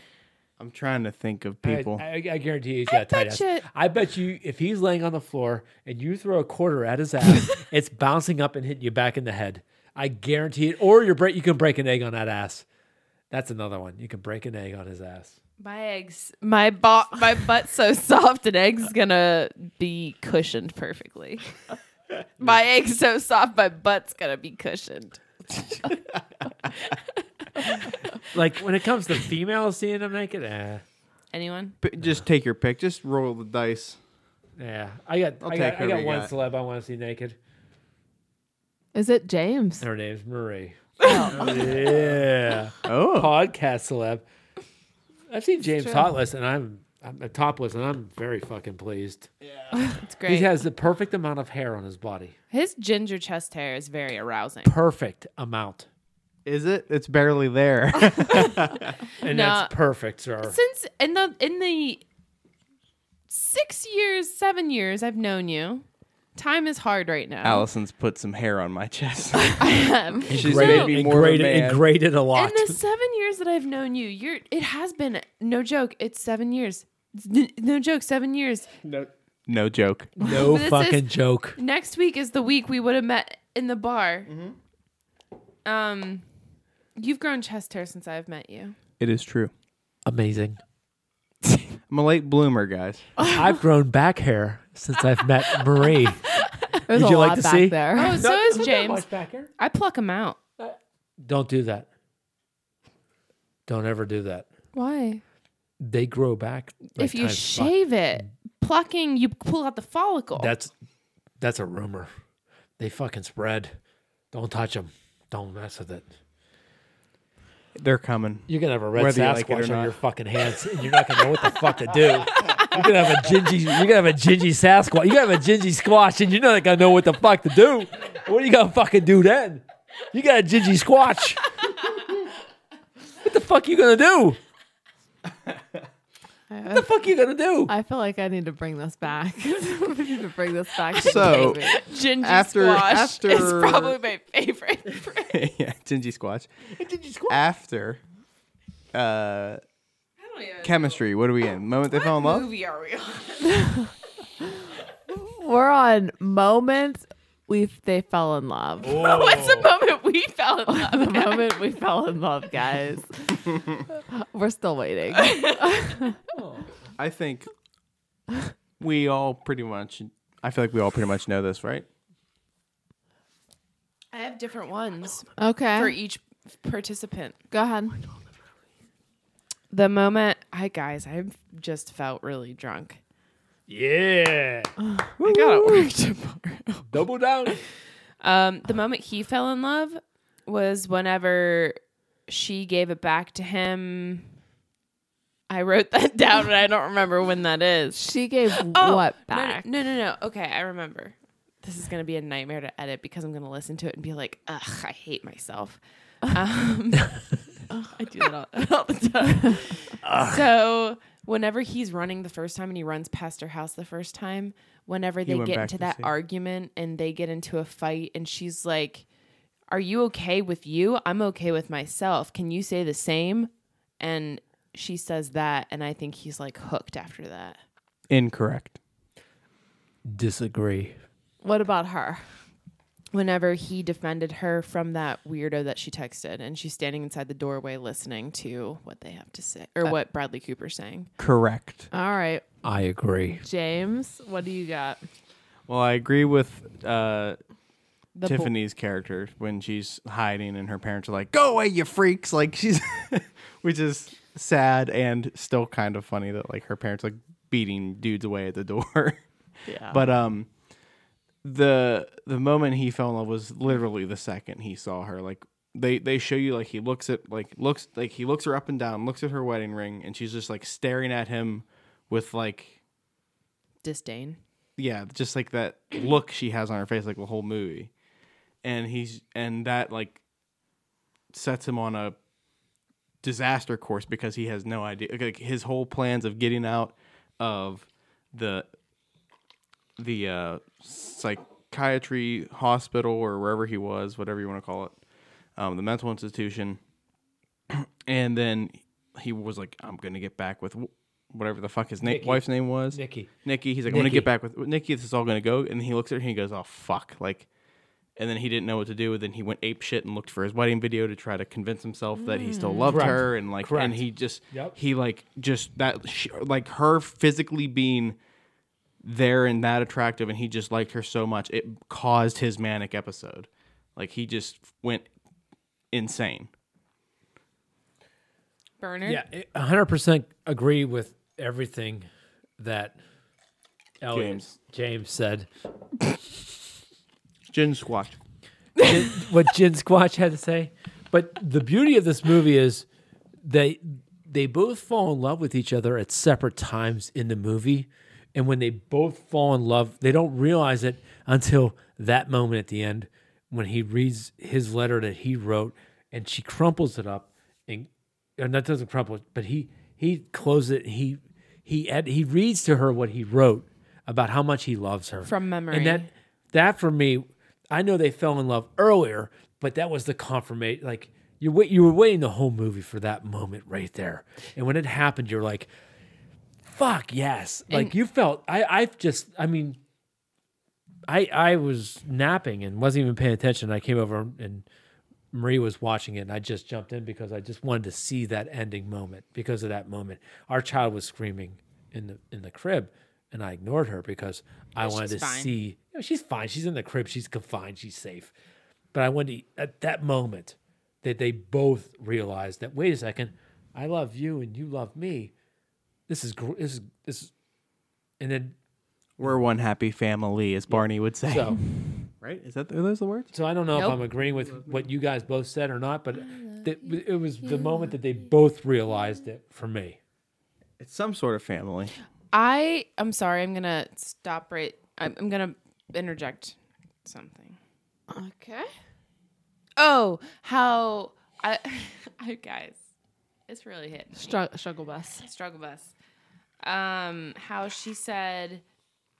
C: I'm trying to think of
D: I-
C: people.
D: I, I guarantee he's got a tight
B: bet
D: ass.
B: you-
D: I bet you if he's laying on the floor and you throw a quarter at his ass, it's bouncing up and hitting you back in the head. I guarantee it. Or you're break, you can break an egg on that ass. That's another one. You can break an egg on his ass.
B: My eggs, my bo- my butt's so soft, an egg's gonna be cushioned perfectly. my egg's so soft, my butt's gonna be cushioned.
D: Like when it comes to females seeing him naked, eh,
B: Anyone?
C: But just take your pick. Just roll the dice.
D: yeah. eh. I got
C: I'll
D: I got,
C: take
D: I
C: who
D: got
C: we
D: one
C: got.
D: celeb I want to see naked.
A: Is it James?
D: Her name's Marie.
A: Oh.
D: Yeah.
C: Oh,
D: podcast celeb. I've seen James Topless, and I'm I'm a topless, and I'm very fucking pleased.
B: It's great.
D: He has the perfect amount of hair on his body.
B: His ginger chest hair is very arousing.
D: Perfect amount,
C: is it? It's barely there.
D: and
B: No.
D: that's perfect, sir.
B: Since in the in the six years, seven years I've known you, time is hard right now.
C: Allison's put some hair on my chest. She's
D: Graded-
C: made me
D: and
C: more of a
D: graded- and
C: man.
D: graded a lot.
B: in the seven years that I've known you, you're it has been no joke. It's seven years. It's n- No joke, seven years.
C: no joke.
D: no
B: This is-
D: fucking joke.
B: Next week is the week we would have met in the bar.
C: Mm-hmm.
B: Um, you've grown chest hair since I've met you.
C: It is true.
D: Amazing.
C: I'm a late bloomer, guys.
D: I've grown back hair since I've met Marie.
A: There's
D: Did
A: a
D: you like
A: lot
D: to
A: back
D: see?
A: there.
B: Oh, so is James.
D: back hair.
B: I pluck him out.
D: Don't do that. Don't ever do that.
B: Why?
D: They grow back. like
B: if you
D: times five.
B: shave it, plucking you pull out the follicle.
D: That's that's a rumor. They fucking spread. Don't touch them. Don't mess with it.
C: They're coming.
D: You're gonna have a red
C: Whether you
D: Sasquatch
C: like it or
D: on
C: not.
D: your fucking hands, and you're not gonna know what the fuck to do. You're gonna have a gingy. You're gonna have a gingy Sasquatch. You're gonna have a gingy squash, and you're not gonna know what the fuck to do. What are you gonna fucking do then? You got a gingy squash. what the fuck you gonna do? What the fuck you gonna do?
A: I feel like I need to bring this back. we need to bring this back. to
C: So-
A: the movie.
B: ginger
C: After-
B: squash
C: after-
B: is probably my favorite. phrase.
C: yeah, Gingy Squatch.
D: Gingy squash.
C: After uh,
B: I don't even-
C: chemistry, what are we in? Moment they fell in
B: What
C: love?
B: movie are we on?
A: we're on moments we they fell in love.
B: What's the moment we fell in love?
A: the moment we fell in love, guys. We're still waiting.
C: I think we all pretty much, I feel like we all pretty much know this, right?
B: I have different ones for e-
A: Okay.
B: each participant.
A: Go ahead.
B: The moment, I guys, I just felt really drunk.
D: Yeah,
B: I got to work tomorrow.
D: double down.
B: Um, the moment he fell in love was whenever she gave it back to him. I wrote that down, and I don't remember when that is. Oh,
A: She gave what
B: no,
A: back?
B: No, no, no, no. Okay, I remember. This is gonna be a nightmare to edit because I'm gonna listen to it and be like, ugh, I hate myself. Um, I do that all, all the time. so whenever he's running the first time and he runs past her house the first time, whenever they
C: went
B: get
C: back
B: into
C: to
B: that
C: see.
B: argument and they get into a fight and she's like, Are you okay with you? I'm okay with myself. Can you say the same? And she says that, and I think he's like hooked after that.
C: Incorrect.
D: Disagree.
A: What about her?
B: whenever he defended her from that weirdo that she texted and she's standing inside the doorway listening to what they have to say
C: Uh,
B: or what Bradley Cooper's saying.
C: Correct.
B: Uh,
A: All right,
D: I agree.
A: James, what do you got?
C: Well, I agree with uh,
B: The bo-
C: Tiffany's character when she's hiding and her parents are like, "Go away, you freaks!" Like she's, which is sad and still kind of funny that like her parents like beating dudes away at the door.
A: Yeah.
C: But um, the the moment he fell in love was literally the second he saw her. Like they they show you like he looks at like looks like he looks her up and down, looks at her wedding ring, and she's just like staring at him with like
B: disdain.
C: yeah, just like that look she has on her face, like the whole movie, and he's and that like sets him on a disaster course because he has no idea. like, Like his whole plans of getting out of the the uh, psychiatry hospital or wherever he was, whatever you want to call it, um, the mental institution, and then he was like, "I'm gonna get back with." wh- Whatever the fuck his na-
D: Nikki.
C: wife's name was,
D: Nikki.
C: Nikki. He's like, I'm gonna
D: Nikki.
C: get back with Nikki. This is all gonna go. And he looks at her and he goes, Oh fuck! Like, and then he didn't know what to do. Then he went ape shit and looked for his wedding video to try to convince himself that he still loved
D: Correct.
C: her. And like, and
D: Correct.
C: he just
D: Yep.
C: he like just that sh like her physically being there and that attractive, and he just liked her so much it caused his manic episode. Like he just went insane.
B: Bernard.
D: Yeah, hundred percent agree with everything that Elliot,
C: James.
D: James said.
C: Gin squatch.
D: Jin- what Jin Squatch had to say. But the beauty of this movie is they they both fall in love with each other at separate times in the movie, and when they both fall in love, they don't realize it until that moment at the end when he reads his letter that he wrote, and she crumples it up, and, and that doesn't crumple, it, but he he closes it. He he ed, he reads to her what he wrote about how much he loves her
B: From memory.
D: and that that for me, I know they fell in love earlier, but that was the confirmation. Like you, wait, you were waiting the whole movie for that moment right there, and when it happened, you're like, "Fuck yes!" Like you felt. I, I've just. I mean, I, I was napping and wasn't even paying attention. I came over and Marie was watching it, and I just jumped in because I just wanted to see that ending moment. Because of that moment, our child was screaming in the in the crib, and I ignored her because I wanted to
B: she's fine.
D: see. You know, she's fine. She's in the crib. She's confined. She's safe. But I wanted to, at that moment that they both realized that wait a second, I love you and you love me. This is gr- this is this, is, and then
C: We're one happy family, as Barney would say.
D: so.
C: right? Is that are those the words?
D: So I don't know if
B: Nope.
D: I'm agreeing with what you guys both said or not, but that it was the moment that they both realized it for me.
C: It's some sort of family.
B: I I'm sorry. I'm gonna stop right. I'm, I'm gonna interject something.
A: Okay.
B: Oh, how I, I guys, it's really hit.
A: Struggle, struggle bus.
B: Struggle bus. Um, how she said,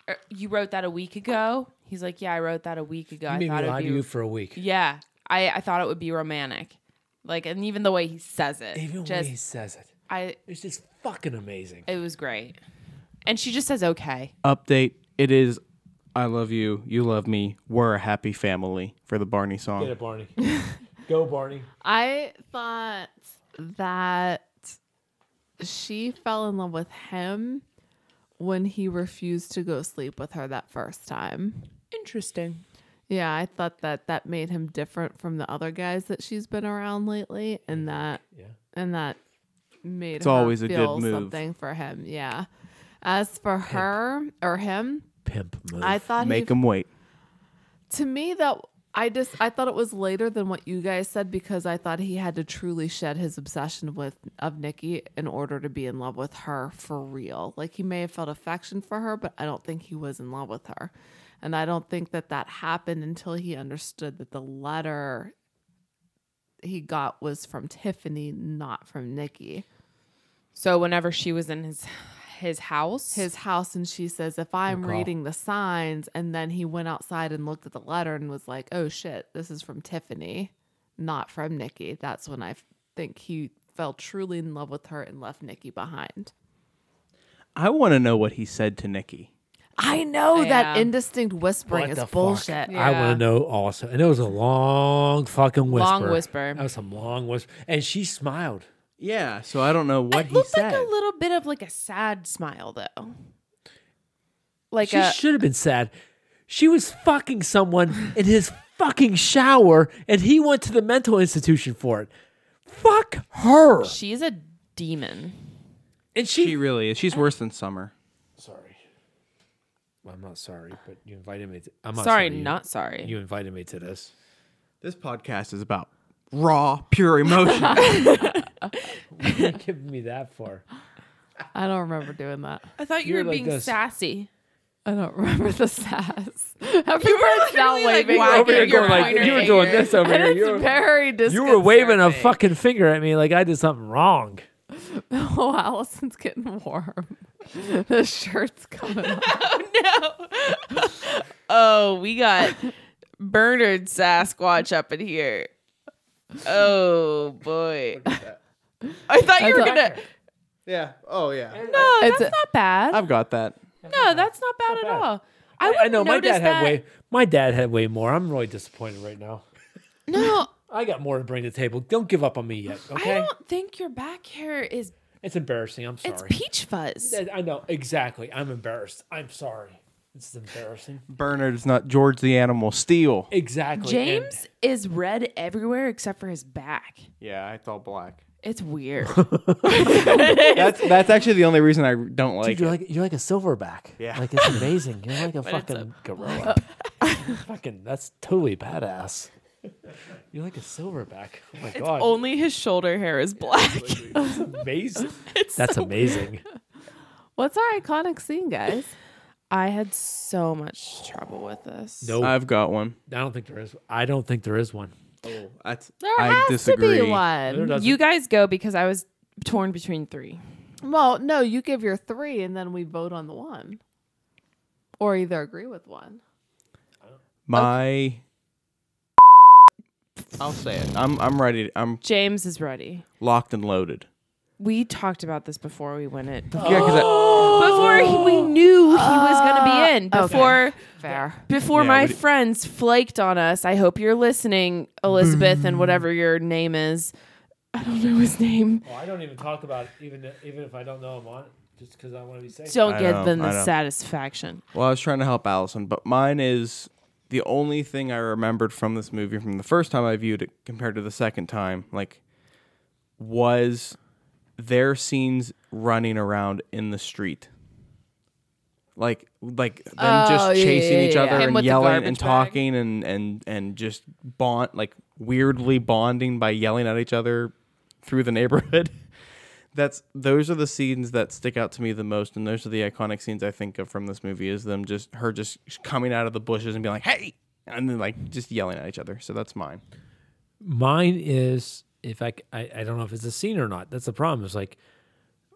B: er, "You wrote that a week ago." He's like, "Yeah, I wrote that a week ago.
D: I
B: I
D: made me
B: thought
D: lie
B: it'd
D: to
B: be
D: you for a week.
B: yeah. I I thought it would be romantic, like, and even the way he says it,
D: Even when
B: just
D: he says it,
B: I
D: it's just fucking amazing.
B: it was great." And she just says, "Okay."
C: update. It is I love you, you love me, we're a happy family for the Barney
D: Get
C: song.
D: it, Barney. Go, Barney.
A: I thought that she fell in love with him when he refused to go sleep with her that first time.
B: Interesting.
A: Yeah, I thought that that made him different from the other guys that she's been around lately, and that
D: Yeah.
A: and that made
C: It's
A: her
C: always a good
A: feel
C: move.
A: something for him. Yeah. As for her or him,
D: Pimp move.
A: I thought he
C: Make them wait.
A: to me that I just I thought it was later than what you guys said because I thought he had to truly shed his obsession with of Nikki in order to be in love with her for real. Like he may have felt affection for her, but I don't think he was in love with her. And I don't think that that happened until he understood that the letter he got was from Tiffany, not from Nikki.
B: So whenever she was in his his house,
A: his house and she says, If I'm
D: call.
A: reading the signs, and then he went outside and looked at the letter and was like, Oh shit, this is from Tiffany, not from Nikki. That's when I f- think he fell truly in love with her and left Nikki behind.
C: I want to know what he said to Nikki.
A: I know that
B: Yeah.
A: indistinct whispering
D: What
A: is
D: the fuck?
A: bullshit.
D: I
B: Yeah.
D: want to know also. And it was a long fucking whisper.
B: Long whisper.
D: That was some long whisper. And she smiled.
C: Yeah, so I don't know what
B: it
C: he
B: looked
C: said.
B: like a little bit of like a sad smile though. Like
D: she
B: a
D: should have been sad. She was fucking someone in his fucking shower, and he went to the mental institution for it. Fuck her.
B: She's a demon.
D: And
C: She really is. She's worse than Summer.
D: sorry. Well, I'm not sorry, but you invited me. To, I'm not
B: sorry,
D: sorry. you-
B: not sorry.
D: You, invited me to this.
C: This podcast is about raw, pure emotion.
D: You give me that far.
A: I don't remember doing that.
B: I thought
D: you were like this.
B: sassy.
A: I don't remember the sass. Everyone's now
B: literally, like,
A: waving
B: wagging
A: over
B: your
A: your
B: like,
A: pointer
B: you were
A: at
B: doing
A: me.
B: this
D: over
A: And it's very
D: You
A: disconcerting.
D: were waving a fucking finger at me like I did something wrong.
A: Oh, Allison's getting warm. the shirt's coming off.
B: Oh, we got Bernard Sasquatch up in here. Oh boy. I thought you were
A: That's
B: gonna.
C: yeah. Oh yeah.
B: No,
A: It's
B: that's
A: a-
B: not bad.
C: I've got that.
B: no, that's not bad at
D: bad.
B: all. I, wouldn't
D: know my
B: notice
D: dad
B: that.
D: had way. My dad had way more. I'm really disappointed right now.
B: No,
D: I got more to bring to the table. Don't give up on me yet,
B: I
D: okay?
B: don't think your back hair is.
D: It's embarrassing. I'm
B: It's
D: sorry.
B: peach fuzz.
D: I know exactly. I'm embarrassed. I'm sorry. It's embarrassing.
C: Bernard's not George the Animal Steel.
D: Exactly. and-
B: James is red everywhere except for his back.
C: Yeah, it's all black.
B: It's weird.
C: That's that's actually the only reason I don't like
D: Dude, you're like you're like a silverback.
C: Yeah.
D: Like it's amazing. You're like a
B: it's a
D: fucking gorilla. fucking that's totally badass. You're like a silverback. Oh my god.
B: Only his shoulder hair is black.
D: amazing. that's amazing.
A: What's our iconic scene, guys?
B: I had so much trouble with this.
D: No, I
C: I've got one.
D: don't think there is I don't think there is one.
C: Oh, that's
A: There
C: I
A: has
C: disagree.
A: to be one.
D: There doesn't.
B: You guys go because I was torn between three.
A: Well, no, you give your three and then we vote on the one. Or either agree with one.
C: My I'll say it. I'm I'm ready. I'm
B: James is ready.
C: locked and loaded.
B: We talked about this before we went in.
C: Yeah, 'cause
B: Before
C: I-
B: he, we knew he was going to be in. Before
A: Fair.
B: before
C: Yeah,
B: my
C: what do-
B: friends flaked on us. I hope you're listening, Elizabeth, and whatever your name is. I don't know his name.
D: Well, I don't even talk about it, even even if I don't know I'm on it, just because I want to be safe.
B: Don't
C: I
B: give
C: know,
B: them the
C: I know.
B: satisfaction.
C: well, I was trying to help Allison, but mine is the only thing I remembered from this movie from the first time I viewed it compared to the second time, like was their scenes running around in the street. Like like them
A: Oh,
C: just
A: yeah,
C: chasing
A: yeah,
C: each
A: yeah.
C: other
A: Him
C: and
B: with the
C: yelling
B: garbage
C: and
B: bag.
C: talking and and and just bond like weirdly bonding by yelling at each other through the neighborhood. That's those are the scenes that stick out to me the most and those are the iconic scenes I think of from this movie is them just her just coming out of the bushes and being like, "Hey!" and then like just yelling at each other. So that's mine.
D: Mine is if I, c- I- I don't know if it's a scene or not. That's the problem. It's like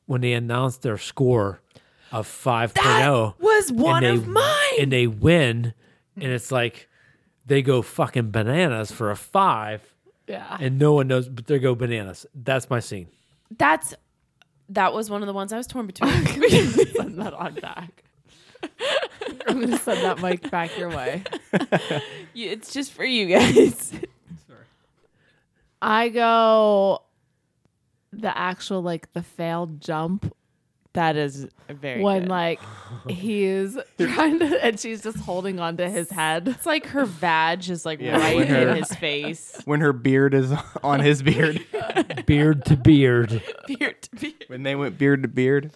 D: when they announced their score of 5.0.
B: was
D: and
B: one
D: they-
B: of mine.
D: And they win and it's like they go fucking bananas for a 5
A: Yeah.
D: and no one knows but they go bananas. That's my scene.
B: That's that was one of the ones I was torn between.
A: send that on back. I'm gonna send that mic back your way.
B: You- it's just for you guys.
A: I go the actual like the failed jump
B: That is very
A: when like he is trying to and she's just holding onto his head.
B: it's like her vag is like
C: Yeah,
B: right
C: when her-
B: in his face.
C: When her beard is on his beard.
D: Beard to beard.
B: Beard to beard.
C: when they went beard to beard.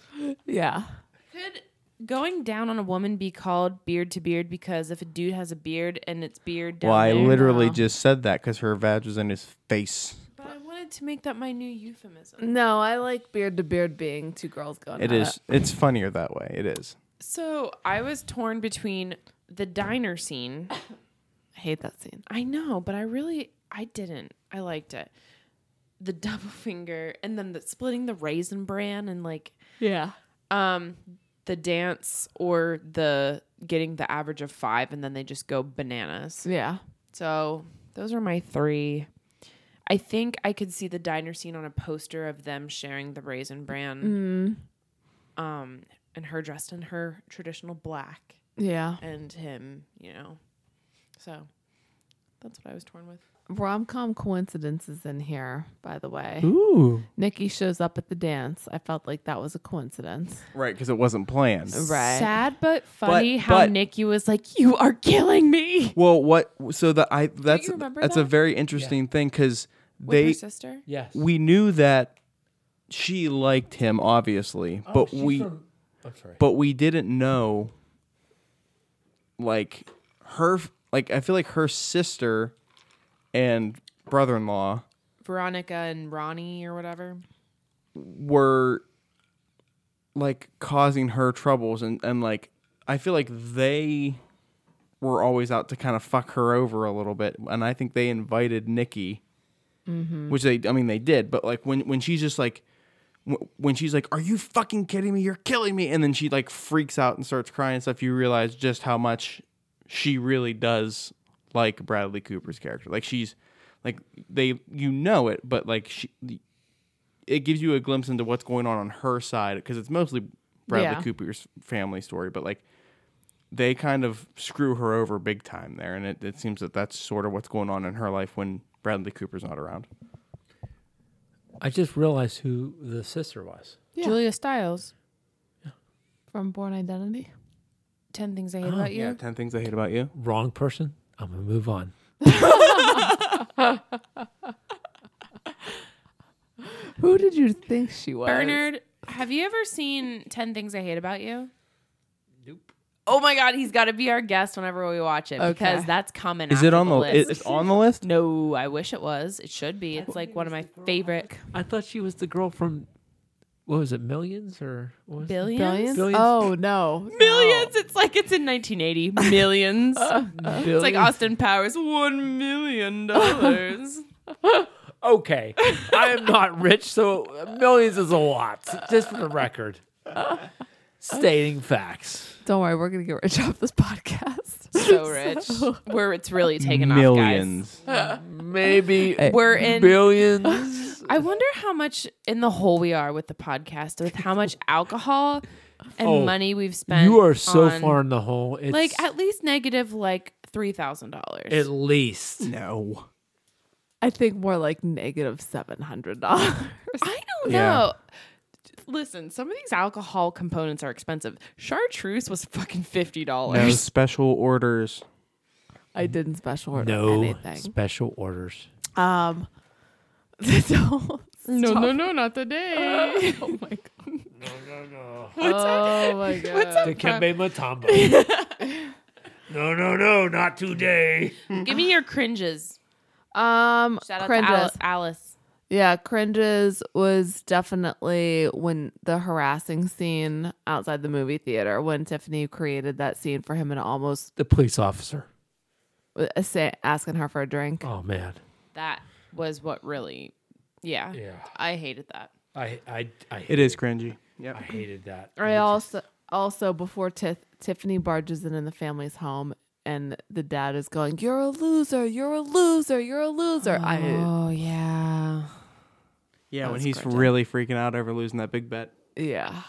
A: Yeah.
B: Could going down on a woman be called beard to beard because if a dude has a beard and it's beard down
C: Well, I
B: there-
C: literally just said that because her vag was in his face.
B: But I wanted to make that my new euphemism.
A: No, I like beard to beard being two girls going.
C: It
A: at
C: is.
B: Uh.
C: It's funnier that way. It is.
B: So I was torn between the diner scene.
A: I hate that scene.
B: I know, but I really I didn't. I liked it. The double finger and then the splitting the raisin bran and like
A: Yeah.
B: um the dance or the getting the average of five and then they just go bananas
A: Yeah.
B: so those are my three i think i could see the diner scene on a poster of them sharing the raisin bran um and her dressed in her traditional black
A: Yeah.
B: and him you know so That's what I was torn with.
A: Rom com coincidences in here, by the way.
D: Ooh.
A: Nikki shows up at the dance. I felt like that was a coincidence.
C: Right, because it wasn't planned.
A: Right.
B: Sad but funny how
C: but-
B: Nikki was like, "You are killing me."
C: Well, what? So the I that's
B: remember
C: that's a
B: that?
C: very interesting thing 'cause thing
B: With her
C: because they
B: sister.
D: Yes.
C: we knew that she liked him obviously,
B: Oh,
C: but
D: she's
C: we
D: from- I'm sorry.
C: but we didn't know like her like I feel like her sister and brother-in-law
B: Veronica and Ronnie or whatever.
C: were like causing her troubles and and like I feel like they were always out to kind of fuck her over a little bit and I think they invited Nikki which they I mean they did but like when when she's just like wh- when she's like are you fucking kidding me you're killing me and then she like freaks out and starts crying and stuff you realize just how much she really does like Bradley Cooper's character like she's like they you know it but like she it gives you a glimpse into what's going on on her side because it's mostly Bradley
A: Yeah.
C: Cooper's family story, but like they kind of screw her over big time there, and it, it seems that that's sort of what's going on in her life when Bradley Cooper's not around.
D: I just realized who the sister was.
A: Yeah.
B: Julia Stiles.
A: From Born Identity.
B: Ten things I hate about you.
C: Yeah, ten things I hate about you.
D: Wrong person. I'm gonna move on.
A: Who did you think she was?
B: Bernard, have you ever seen 10 Things I Hate About You? Nope. Oh my God, he's got to be our guest whenever we watch it because
A: Okay.
B: that's coming.
C: Is
B: after
C: it on the?
B: list?
C: it- it's on the list.
B: no, I wish it was. It should be. It's like one of my favorite
D: I thought she was the girl from what was it, Millions or what was it?
B: billions.
A: Billions?
D: Billions.
A: Oh, no.
B: Millions. It's like it's in 1980. Millions. it's like Austin Powers. One million dollars.
D: Okay, I am not rich, so millions is a lot. Just for the record, stating facts.
A: Don't worry. We're going to get rich off this podcast.
B: so rich. Where it's really taken off,
C: Millions.
D: Maybe
B: guys. We're in
D: billions.
B: I wonder how much in the hole we are with the podcast, with how much alcohol and
D: Oh,
B: money we've spent.
D: You are so
B: on-
D: far in the hole. It's
B: Like at least negative, like three thousand
D: at
B: dollars.
D: least.
C: No.
A: I think more like negative $700.
B: I don't
C: Yeah.
B: know. Listen, some of these alcohol components are expensive. Chartreuse was fucking fifty
C: No
B: dollars.
C: special orders.
A: I didn't special order
D: No
A: anything.
D: special orders.
A: Um, don't.
B: No, no, no, not today. oh my god.
A: Oh my god.
B: What's up?
D: The Kembe Matamba. no, no, no, not today.
B: Give me your cringes.
A: Um,
B: Shout out
A: cringes.
B: to Alice. Alice.
A: Yeah, cringes was definitely when the harassing scene outside the movie theater when Tiffany created that scene for him and almost
D: The police officer.
A: uh, say, asking her for a drink.
D: Oh man.
B: That was what really. Yeah.
D: Yeah.
B: I hated that.
D: I I I,
C: It is cringy.
D: I
C: Yeah.
D: hated that.
A: I also also before Tiff Tiffany barges in in the family's home and the dad is going, "You're a loser. You're a loser. You're a loser." I
B: Oh yeah.
C: Yeah, when
A: was
C: he's
A: cringy.
C: really freaking out over losing that big bet.
A: yeah.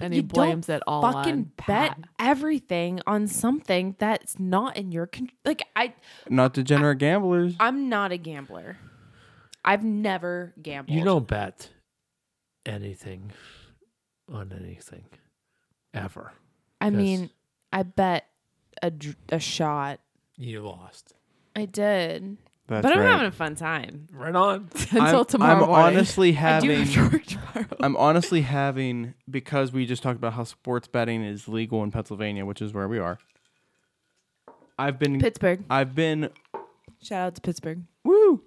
A: And he
B: you
A: blames it all on
B: fucking bet
A: Pat.
B: everything on something that's not in your con- like I
C: Not degenerate gamblers.
B: I'm not a gambler. I've never gambled.
D: You don't bet anything on anything ever.
B: I mean,
D: Yes.
B: I bet a dr- a shot.
D: You lost.
B: I did.
C: That's
B: but I'm
C: right.
B: having a fun time.
D: Right on.
A: until
C: I'm,
A: tomorrow
C: I'm
A: morning.
C: honestly
B: I do
C: having.
B: have to work tomorrow.
C: I'm honestly having because we just talked about how sports betting is legal in Pennsylvania, which is where we are. I've been
B: Pittsburgh.
C: I've been
B: Shout out to Pittsburgh.
C: woo.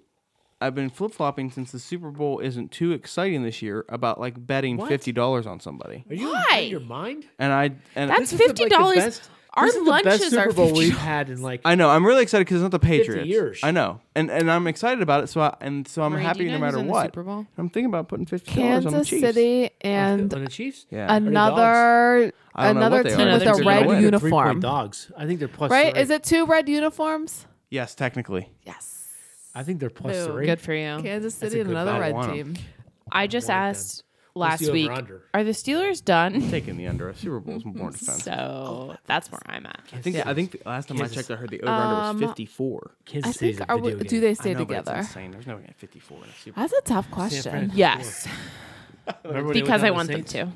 C: I've been flip flopping since the Super Bowl isn't too exciting this year about like betting
D: What?
C: fifty dollars on somebody,
D: Are you
B: Why?
D: in your mind?
C: and I and
B: That's
D: This is the- like, the
B: $50.
D: best-
B: Our
D: this is the best
B: lunches
D: Super
B: are
D: Bowl we've
B: $50.
D: had in like
C: I know I'm really excited because it's not the Patriots.
D: years.
C: I know, and and I'm excited about it. So I and so I'm
B: Marie, do
C: happy
B: you know who's
C: no matter
B: in the
C: what.
B: Super Bowl?
C: I'm thinking about putting fifty dollars on the
A: Kansas
C: Chiefs.
A: City
D: on
A: and
D: the Chiefs.
C: Yeah.
A: another
C: I don't know what
A: another
C: they
A: team
C: are.
A: with
C: Another
A: a
C: team with a
A: red
C: red
A: uniform,
D: dogs. I think they're plus
A: right?
D: three.
A: Is it two red uniforms?
C: Yes, technically.
A: Yes.
D: I think they're plus
A: No,
D: three.
B: Good for you.
A: Kansas
D: That's
A: City
D: a
A: and
D: good
A: another
D: bet.
C: I
A: red
C: want 'em.
A: team.
B: I just
D: want them.
B: asked last
D: the
B: week.
D: over-under?
B: Are the Steelers done?
C: Taking the under. Super Bowl is more defensive.
D: Oh.
B: so that's where I'm at.
C: I think I think the last time
D: Kansas.
C: I checked, I heard the over under
B: Um,
C: was 54.
D: Kids
A: I
D: City's
A: think
D: a
A: are
D: video
A: we, do
D: game.
A: they
C: I
A: stay
C: know, but it's
A: together?
C: insane. There's no way at 54 in a Super Bowl.
A: That's a tough
D: San
A: question.
D: Fran-
B: Yes,
D: Remember when they went
B: because
D: down
B: I
D: the
B: want them
D: Saints?
B: to.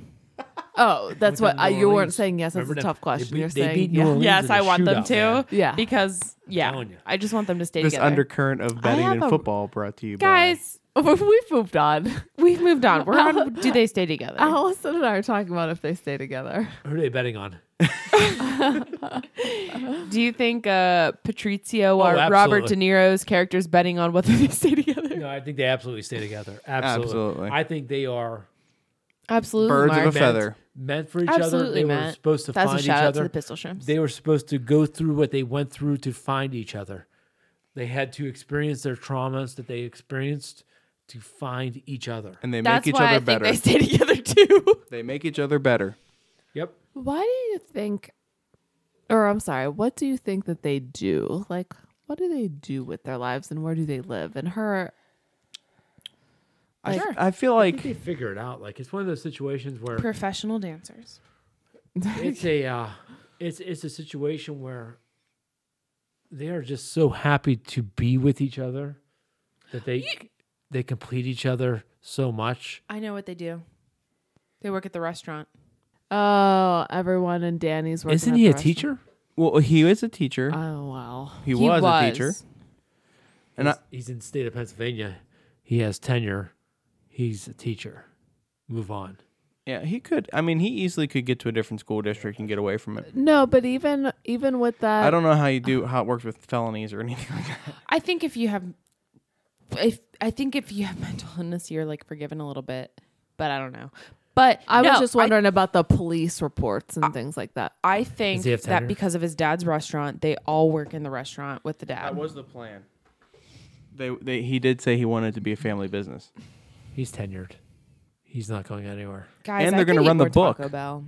A: Oh, that's what
D: Went down
A: I,
D: to New
A: you weren't
D: Orleans.
A: saying. Yes, that's
D: Remember
A: a
D: them?
A: tough question.
D: They beat-
A: You're
D: they
A: saying
D: beat New
A: yeah.
D: Orleans.
B: Yes,
D: in a
B: I want them
D: shootout, man.
B: to.
A: Yeah.
B: because yeah,
D: telling you.
B: I just want them to stay
C: This
B: together.
C: undercurrent of betting
A: have
C: and
A: a-
C: football brought to you by.
B: Guys,
A: We've moved on.
B: we've moved on. We're Oh. on. Do they stay together?
A: Allison and I are talking about if they stay together.
D: Who are they betting on?
B: Do you think uh, Patrizio or
D: Oh, absolutely.
B: Robert De Niro's characters betting on whether they stay together?
D: No, I think they absolutely stay together. Absolutely.
C: Absolutely.
D: I think they are
B: Absolutely,
C: Birds of
B: Mark.
C: a feather.
D: meant for each other.
B: Absolutely,
D: They were
B: Matt.
D: supposed to
B: That's
D: find
B: a
D: each
B: shout out
D: other.
B: to the Pistol Shrimps.
D: They were supposed to go through what they went through to find each other. They had to experience their traumas that they experienced to find each other.
C: And they
B: That's
C: make each
B: why I
C: other
B: think
C: better.
B: they stay together too.
C: They make each other better.
D: Yep.
A: Why do you think, or I'm sorry, what do you think that they do? Like, what do they do with their lives and where do they live? And her,
C: I,
A: Sure.
C: I feel
D: I think
C: like
D: they figure it out. Like it's one of those situations where
B: Professional dancers.
D: it's a uh, it's it's a situation where they are just so happy to be with each other that they they complete each other so much.
B: I know what they do. They work at the restaurant.
A: oh, everyone and Danny's working.
D: Isn't
A: at
D: he
A: the
D: a
A: restaurant.
D: teacher?
C: well, he is a teacher.
B: Uh,
A: Oh wow.
C: he, was, a teacher, and I,
D: He's in the state of Pennsylvania. He has tenure. He's a teacher. Move on.
C: yeah, he could. I mean, he easily could get to a different school district and get away from it.
A: No, but even even with that,
C: I don't know how you do how it works with felonies or anything like that.
B: I think if you have, if I think if you have mental illness, you're like forgiven a little bit. But I don't know. But
A: I Uh, was
B: no,
A: just wondering about the police reports and things like that.
B: I think
D: Does he have
B: that
D: tenure?
B: because of his dad's restaurant, they all work in the restaurant with the dad.
C: was the plan. They, they he did say he wanted to be a family business.
D: He's tenured. He's not going anywhere.
B: Guys,
C: And
B: I
C: they're gonna
B: could eat
C: run the
B: more Taco
C: book.
B: Bell.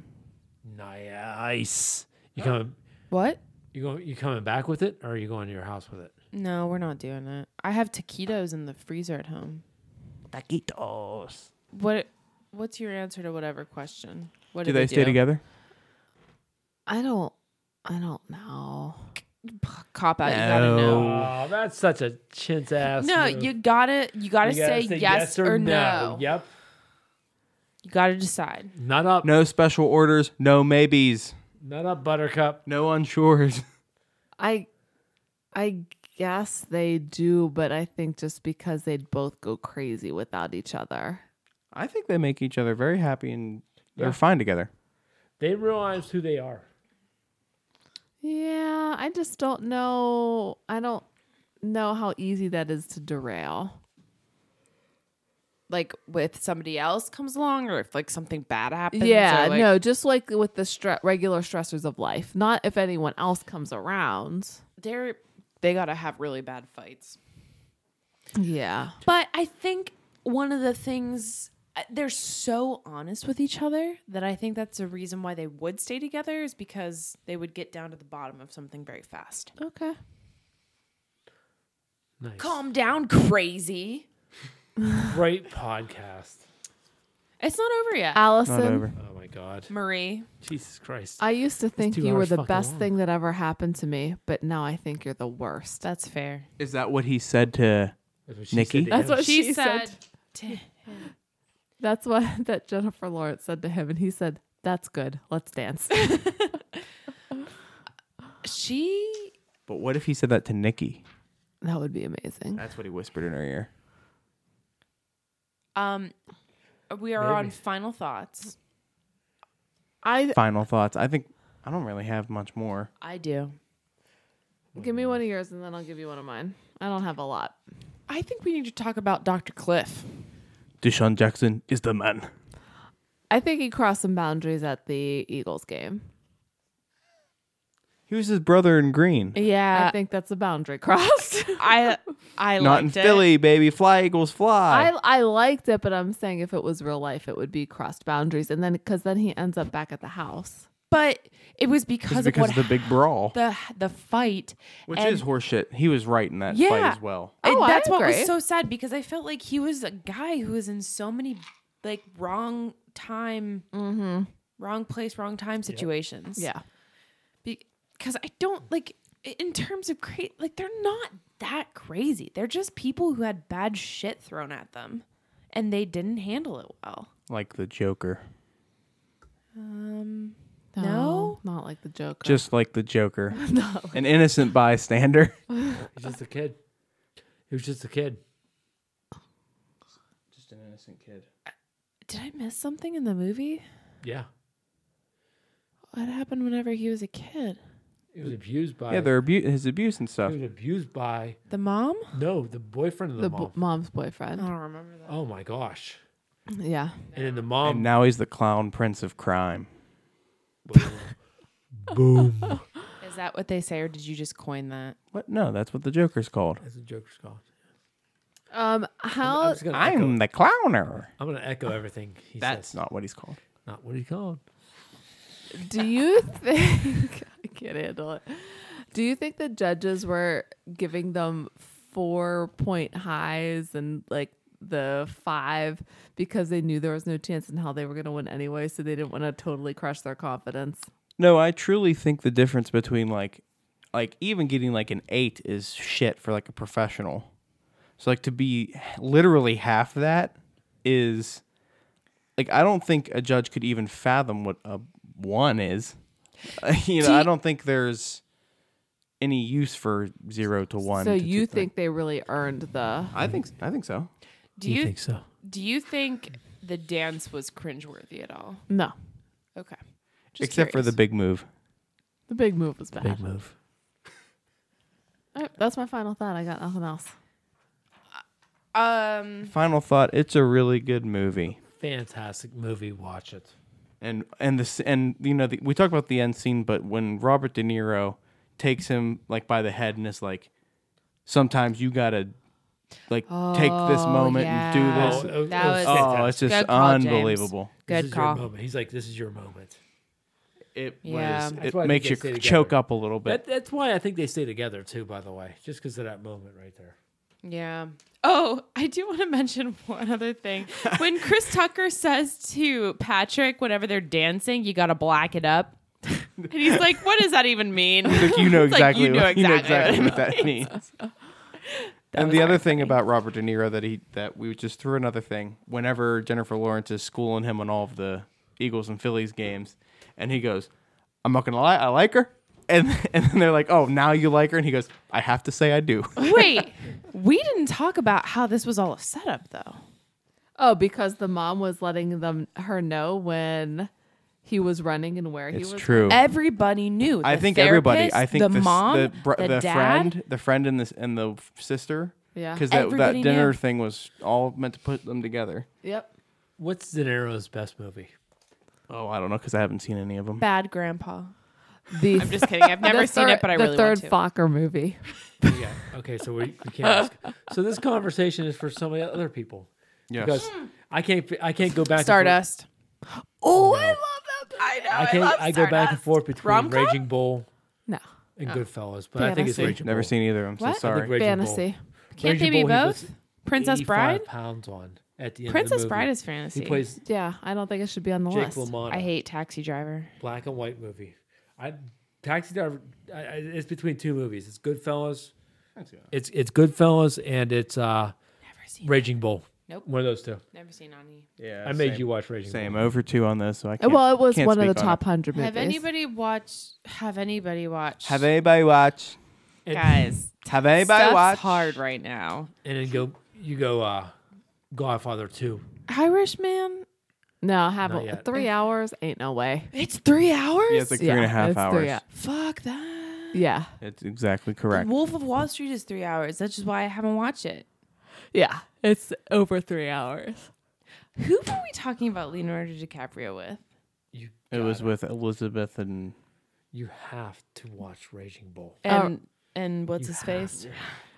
D: Nice. You coming?
B: What?
D: You going? You coming back with it, or are you going to your house with it?
B: No, we're not doing it. I have taquitos in the freezer at home.
C: Taquitos.
B: What? What's your answer to whatever question? What
C: Do they, stay together?
A: I don't. I don't know.
B: Cop out. You gotta know.
D: Oh, that's such a chintz ass.
B: No,
D: move.
B: you gotta you gotta,
D: You
B: say, yes, or, no.
D: Yep.
B: You gotta decide.
D: Not up.
C: No special orders. No maybes.
D: Not up. Buttercup.
C: No unsures.
A: I, I guess they do, but I think just because they'd both go crazy without each other.
C: I think they make each other very happy and they're fine together.
D: They realize who they are.
A: Yeah, I just don't know. I don't know how easy that is to derail.
B: Like with somebody else comes along, or if like something bad happens. or,
A: Yeah,
B: like-
A: no, just like with the stre- regular stressors of life. Not if anyone else comes around.
B: They're they gotta have really bad fights.
A: Yeah.
B: But I think one of the things uh, they're so honest with each other that I think that's a reason why they would stay together is because they would get down to the bottom of something very fast.
A: Okay.
D: Nice.
B: Calm down, crazy.
D: Great podcast.
B: It's not over yet.
A: Allison,
C: Not over.
D: Oh my god.
B: Uh, Marie,
D: Jesus Christ.
A: I used to think
D: two
A: you were
D: hours
A: the
D: fucking
A: best
D: long.
A: thing that ever happened to me, but now I think you're the worst.
B: that's fair.
C: Is that what he said to?
D: That's what she
C: Nikki?
D: said to
A: That's
D: him.
A: what she, said. That's what that Jennifer Lawrence said to him, and he said, "That's good. Let's dance."
B: she
C: But what if he said that to Nikki?
A: that would be amazing.
C: That's what he whispered in her ear.
B: um we are on
D: Maybe.
B: final thoughts.
A: I
C: Final thoughts. I think I don't really have much more.
B: I do.
A: give me one of yours, and then I'll give you one of mine. I don't have a lot.
B: I think we need to talk about Dr. Cliff.
C: Deshaun Jackson is the man.
A: I think he crossed some boundaries at the Eagles game.
C: He was his brother in green.
B: Yeah.
A: I think that's a boundary crossed.
B: I I
C: Not in
B: liked it.
C: Philly, baby. Fly Eagles fly.
A: I I liked it, but I'm saying if it was real life, it would be crossed boundaries, and then because then he ends up back at the house.
B: But it was because,
C: Just
B: of what
C: because of the big brawl,
B: the the fight,
C: which
B: and
C: is horseshit. He was right in that
B: Yeah.
C: fight as well.
B: it-
A: Oh, I
B: that's what was
A: agree.
B: so sad because I felt like he was a guy who was in so many like wrong time, Mm-hmm. wrong place, wrong time situations.
A: Yeah.
B: because I don't like i- in terms of cra like they're not that crazy. They're just people who had bad shit thrown at them, and they didn't handle it well.
C: Like the Joker.
B: Um,
A: No, not like the Joker.
C: Just like the Joker. An innocent bystander.
D: He's just a kid. He was just a kid.
C: Just an innocent kid.
B: did I miss something in the movie?
D: Yeah.
B: What happened whenever he was a kid?
D: He was abused by.
C: Yeah, they're abu- his abuse and
D: He
C: stuff.
D: was abused by.
B: The mom?
D: No, the boyfriend of the,
A: the
D: mom.
A: bo- mom's boyfriend.
B: don't remember that.
D: oh my gosh.
A: Yeah.
D: And then the mom.
C: And now he's the clown prince of crime.
D: boom.
B: Is that what they say, or did you just coin that?
C: What? No, that's what the Joker's called.
D: That's a Joker's call.
A: Um,
D: I'm,
A: how
D: just gonna echo,
C: I'm the clowner.
D: I'm gonna echo everything he
C: That's
D: says.
C: not what he's called.
D: not what he called.
A: do you think? I can't handle it. Do you think the judges were giving them four point highs and like the five because they knew there was no chance in hell they were going to win anyway, so they didn't want to totally crush their confidence?
C: No, I truly think the difference between like like even getting like an 8 is shit for like a professional. So like to be literally half that is like I don't think a judge could even fathom what a 1 is. you know, I don't think there's any use for 0 to 1.
A: so
C: to
A: you
C: two-
A: think they really earned the?
C: I think I think so.
B: Do you
D: think so?
B: do you think the dance was cringeworthy at all?
A: No,
B: Okay.
C: Except for the big move.
A: the big move was bad.
D: Big move.
A: All right, that's my final thought. I got nothing else.
B: the
A: Mm-hmm.
B: um.
C: Final thought, it's a really good movie.
D: Fantastic movie. Watch it.
C: and and this and you know the, we talk about the end scene, but when Robert De Niro takes him like by the head and is like, sometimes you gotta like take this moment
B: Oh, yeah.
C: and do this.
D: Oh,
B: That
D: oh,
B: was-
D: shit.
C: Oh, it's just
B: Good call, James.
C: unbelievable.
D: This
B: Good
D: is
B: call.
D: Your moment. He's like, this is your moment.
C: It
B: Yeah.
C: was.
B: That's
C: It
D: why I think
C: makes
D: they
C: you
D: stay
C: choke
D: together.
C: up a little bit.
D: That, that's why I think they stay together too. By the way, just because of that moment right there.
B: Yeah. Oh, I do want to mention one other thing. When Chris Tucker says to Patrick, whenever they're dancing, you got to black it up. And he's like, what does that even mean?
C: Like, you know
B: It's like,
C: exactly.
B: you know
C: what, you know
B: exactly
C: exactly
B: what
C: what that means. and
B: was
C: the other
B: very
C: thing about Robert De Niro that he that we just threw another thing. Whenever Jennifer Lawrence is schooling him on all of the Eagles and Phillies games, and he goes, "I'm not gonna lie, I like her," and and then they're like, "Oh, now you like her," and he goes, "I have to say I do."
B: Wait, we didn't talk about how this was all a setup, though.
A: Oh, because the mom was letting them her know when he was running and where he was.
B: Everybody knew.
C: I
B: The
C: think everybody. I
B: therapist,
C: think
B: the,
C: s-
B: mom,
C: the, br-
B: the, dad,
C: friend, the friend, and this and the f- sister.
A: Yeah.
C: because that, that
B: Everybody
C: dinner
B: knew.
C: thing was all meant to put them together.
A: Yep.
D: What's De Niro's best movie?
C: Oh, I don't know because I haven't seen any of them.
B: bad grandpa.
A: The
B: I'm just kidding. I've never
A: the
B: seen
A: third-
B: it, but I
A: the
B: really
A: third
B: want to.
A: Fokker movie.
D: yeah. Okay, so we, we can't. Ask. So this conversation is for some of the other people.
C: Yes.
D: Because I can't. I can't go back. and forth-
B: Stardust.
A: Oh, I love that.
B: I know.
D: I can't. I, go back and forth between
B: Rom-com? Oh.
D: Raging Bull
A: No,
D: and Goodfellas, but I think it's
A: Fantasy.
D: Raging
C: Never
D: Bull.
C: seen either of them.
B: What? I think
C: So
D: I think
C: sorry.
D: Raging Bull.
A: fantasy.
B: Can't they
D: Raging
B: be
D: Bull, he
B: both?
D: puts
B: Princess
D: 85
B: Bride.
D: Pounds on at the end. of
B: Princess
D: the movie.
B: Bride is fantasy.
D: He plays
A: Yeah, I don't think it should be on the
D: Jake
A: list.
D: LaMotta.
B: I hate Taxi Driver.
D: black and white movie. I Taxi Driver. I, I, it's between two movies. It's Goodfellas. It's it's Goodfellas and it's uh,
B: Never seen.
D: Raging Bull.
B: Nope.
D: One of those two.
B: Never seen any.
C: Yeah,
D: I made you watch Raging
C: same
D: Bull.
C: over two on this, so I
A: Uh,
C: can't.
A: Well, it was
C: can't
A: one of the
C: speak on
A: top
C: it.
A: hundred movies.
B: Have anybody watched? Have anybody watched?
C: Have anybody watched?
D: And-
B: guys?
C: Have anybody
B: stuff's
C: watched?
B: hard right now.
D: And then go you go uh, Godfather two.
B: Irishman.
A: No, I
D: Not
A: haven't.
D: yet.
A: Three hours ain't no way.
B: It's three hours.
C: Yeah, it's like three and a half
A: it's three
C: hours.
A: hou-
B: Fuck that.
A: yeah,
C: It's exactly correct.
B: Wolf of Wall Street is three hours. That's just why I haven't watched it.
A: yeah, it's over three hours.
B: Who were we talking about Leonardo DiCaprio with?
D: You
C: It was
D: gotta-
C: with Elizabeth and
D: You have to watch Raging Bull.
A: Oh.
B: And and what's his face?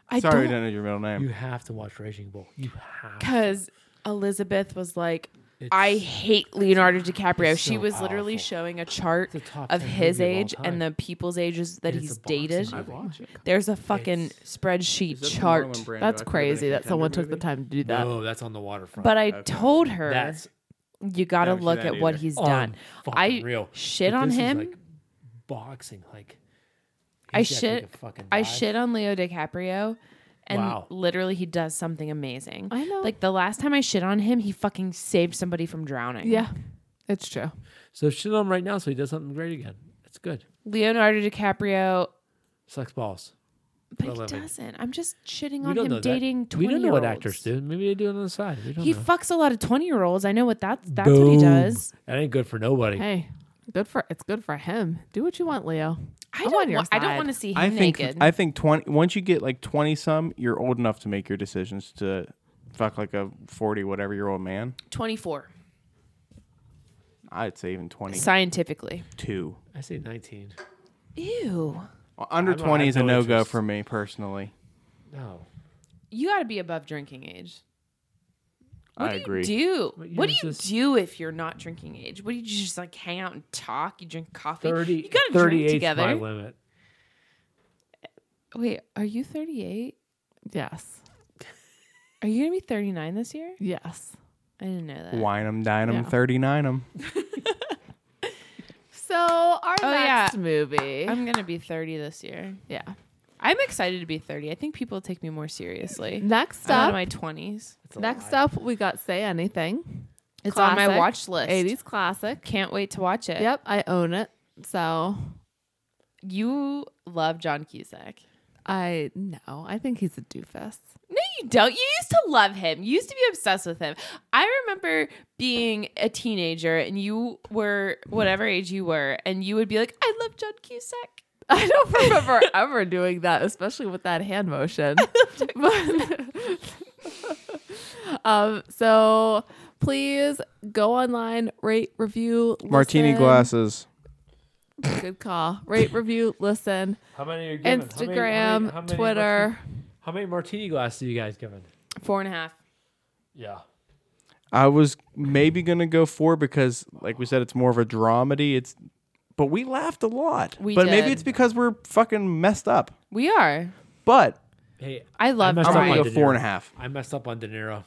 B: I
C: sorry, I
B: don't
C: don't know your middle name.
D: You have to watch Raging Bull. You have.
B: because Elizabeth was like, I hate Leonardo DiCaprio.
D: It's
B: she
D: so
B: was literally
D: powerful.
B: showing a chart
D: It's the top
B: of
D: 10
B: his
D: movie of all
B: age
D: time.
B: and the people's ages that
D: And it's
B: he's
D: a boxing
B: dated.
D: movie.
B: There's a fucking spreadsheet chart.
A: That's crazy that someone took the time to do that.
D: No, that's on the waterfront.
B: But I told her
D: that's
B: you got to
C: Never seen
B: look
C: that
B: at what
C: either.
B: he's
D: Um,
B: done. I
D: unfucking real.
B: shit
D: But
B: on
D: this is
B: him.
D: like boxing, like
B: I
D: he's got, like,
B: shit.
D: a fucking
B: I
D: dive.
B: shit on Leo DiCaprio, and
D: Wow.
B: literally he does something amazing.
A: I know.
B: Like the last time I shit on him, he fucking saved somebody from drowning.
A: Yeah, it's true.
D: So shit on him right now, so he does something great again. It's good.
B: Leonardo DiCaprio,
D: Sucks balls.
B: but he
D: a living.
B: doesn't. I'm just shitting
D: We
B: on
D: don't know
B: him
D: that.
B: dating
D: We
B: twenty.
D: don't know what actors do. Maybe they do it on the side. We don't
B: He
D: know.
B: fucks a lot of twenty year olds. I know what that's that's what he
D: Boom.
B: does.
D: That ain't good for nobody.
A: Hey, good for it's good for him. Do what you want, Leo.
B: I
A: I'm on
B: don't.
A: your
B: Wa- I don't
A: side.
B: want to see him
C: I think
B: naked.
C: I think twenty. Once you get like twenty some, you're old enough to make your decisions to fuck like a forty whatever year old man.
B: twenty four.
C: I'd say even twenty
B: Scientifically.
C: two.
D: I say 19.
B: Ew.
C: Under
D: I don't
C: twenty is a
D: have no
C: no go
D: interest.
C: for me personally.
D: No.
B: You got to be above drinking age. What
C: I
B: do
C: agree.
B: you do?
D: What
B: What,
D: year
B: do
D: is
B: you
D: this?
B: do if you're not drinking age? What do you just like hang out and talk? You drink coffee.
D: 30,
B: you gotta drink
D: 38 's my
B: together.
D: limit.
B: Wait, are you 38?
A: Yes,
B: Are you gonna be 39 this year?
A: yes.
B: I didn't know that.
C: Wine 'em, dine 'em,
A: Yeah.
C: thirty nine 'em.
A: So our
B: Oh,
A: next
B: yeah.
A: movie,
B: I'm gonna be 30 this year.
A: yeah.
B: I'm excited to be 30. I think people take me more seriously.
A: Next
B: I'm out
A: up,
B: of my 20s.
D: It's a
A: next
D: lie.
A: up, we got "Say Anything."
B: It's on my
A: Classic.
B: watch list.
A: 80s classic.
B: Can't wait to watch it.
A: Yep, I own it. So
B: You love John Cusack.
A: I no, I think he's a doofus.
B: No, you don't. You used to love him. You used to be obsessed with him. I remember being a teenager and you were whatever age you were, and you would be like, I love John Cusack.
A: I don't remember ever doing that, especially with that hand motion. But- um, so please go online, rate, review,
C: Martini
A: listen.
C: glasses.
A: Good call. Rate, review, listen.
D: How many are you giving? How many- how many-
A: Instagram,
D: how many
A: Twitter.
D: martini- how many martini glasses are you guys giving?
B: Four and a half.
D: Yeah.
C: I was maybe gonna go four because, like we said, it's more of a dramedy. It's, but we laughed a lot.
B: We
C: but maybe
B: did.
C: it's because we're fucking messed up.
B: We are.
C: But
D: Hey,
B: I love
D: messed
C: I'm
D: up
B: Brian.
D: on
C: gonna
D: De
C: go
D: Niro.
C: four and a half.
D: I messed up on De Niro.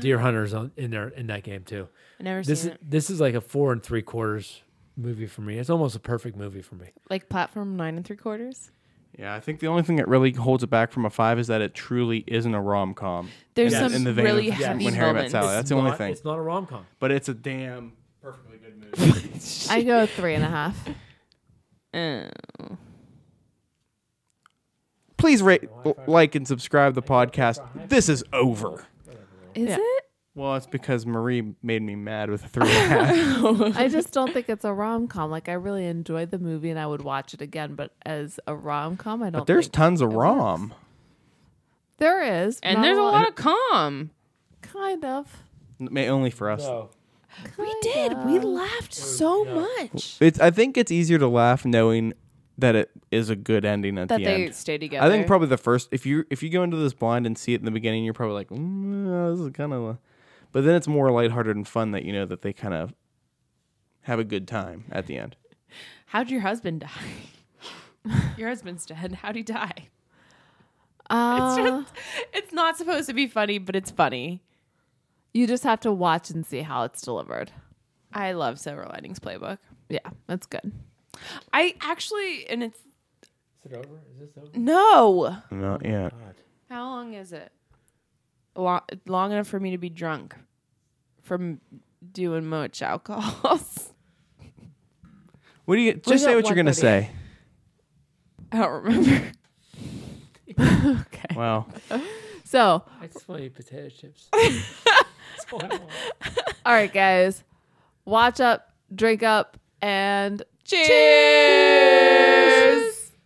D: Deer Hunter's on, in there in that game too.
B: I never
D: This
B: seen
D: is
B: it.
D: this is like a four and three quarters movie for me. It's almost a perfect movie for me.
B: Like platform nine and three quarters.
C: Yeah, I think the only thing that really holds it back from a five is that it truly isn't a rom com.
B: There's
D: Yes.
B: some
D: In
C: the vein
B: really
C: of
B: heavy
C: When Harry Met
B: moments.
C: Sally. Oh, That's the only
D: Not-
C: thing.
D: It's not a rom com.
C: But it's a damn perfectly good movie.
A: I go three and a half.
B: Oh.
C: Please rate, like, and subscribe the podcast. This is over.
B: Is
A: Yeah.
B: it?
C: Well, it's because Marie made me mad with a three and a half.
A: I just don't think it's a rom com. Like I really enjoyed the movie and I would watch it again, but as a rom com, I don't.
C: But there's
A: think-
C: tons of rom.
A: there is,
B: And
A: not
B: there's a lot of calm.
A: kind of.
C: May only for us.
B: We did. We laughed so much.
C: It's. I think it's easier to laugh knowing that it is a good ending at
B: That
C: the
B: they
C: end.
B: stay together.
C: I think probably the first if you if you go into this blind and see it in the beginning, you're probably like, mm, uh, this is kind of. a-" But then it's more lighthearted and fun that you know that they kind of have a good time at the end.
B: How'd your husband die? your husband's dead. How'd he die?
A: Uh,
B: It's just, it's not supposed to be funny, but it's funny.
A: You just have to watch and see how it's delivered.
B: I love Silver Linings Playbook.
A: Yeah, that's good.
B: I actually, and it's
D: Is it over? Is this over?
B: no.
C: Not yet.
B: How long is it? Long, long enough for me to be drunk from doing much alcohol.
C: What do you just say?
A: got
C: What you're gonna
A: 1:30.
C: say?
B: I don't remember.
A: Okay.
C: Wow.
A: So,
D: I just want to eat potato chips.
A: all right, guys, watch up, drink up, and
B: Cheers!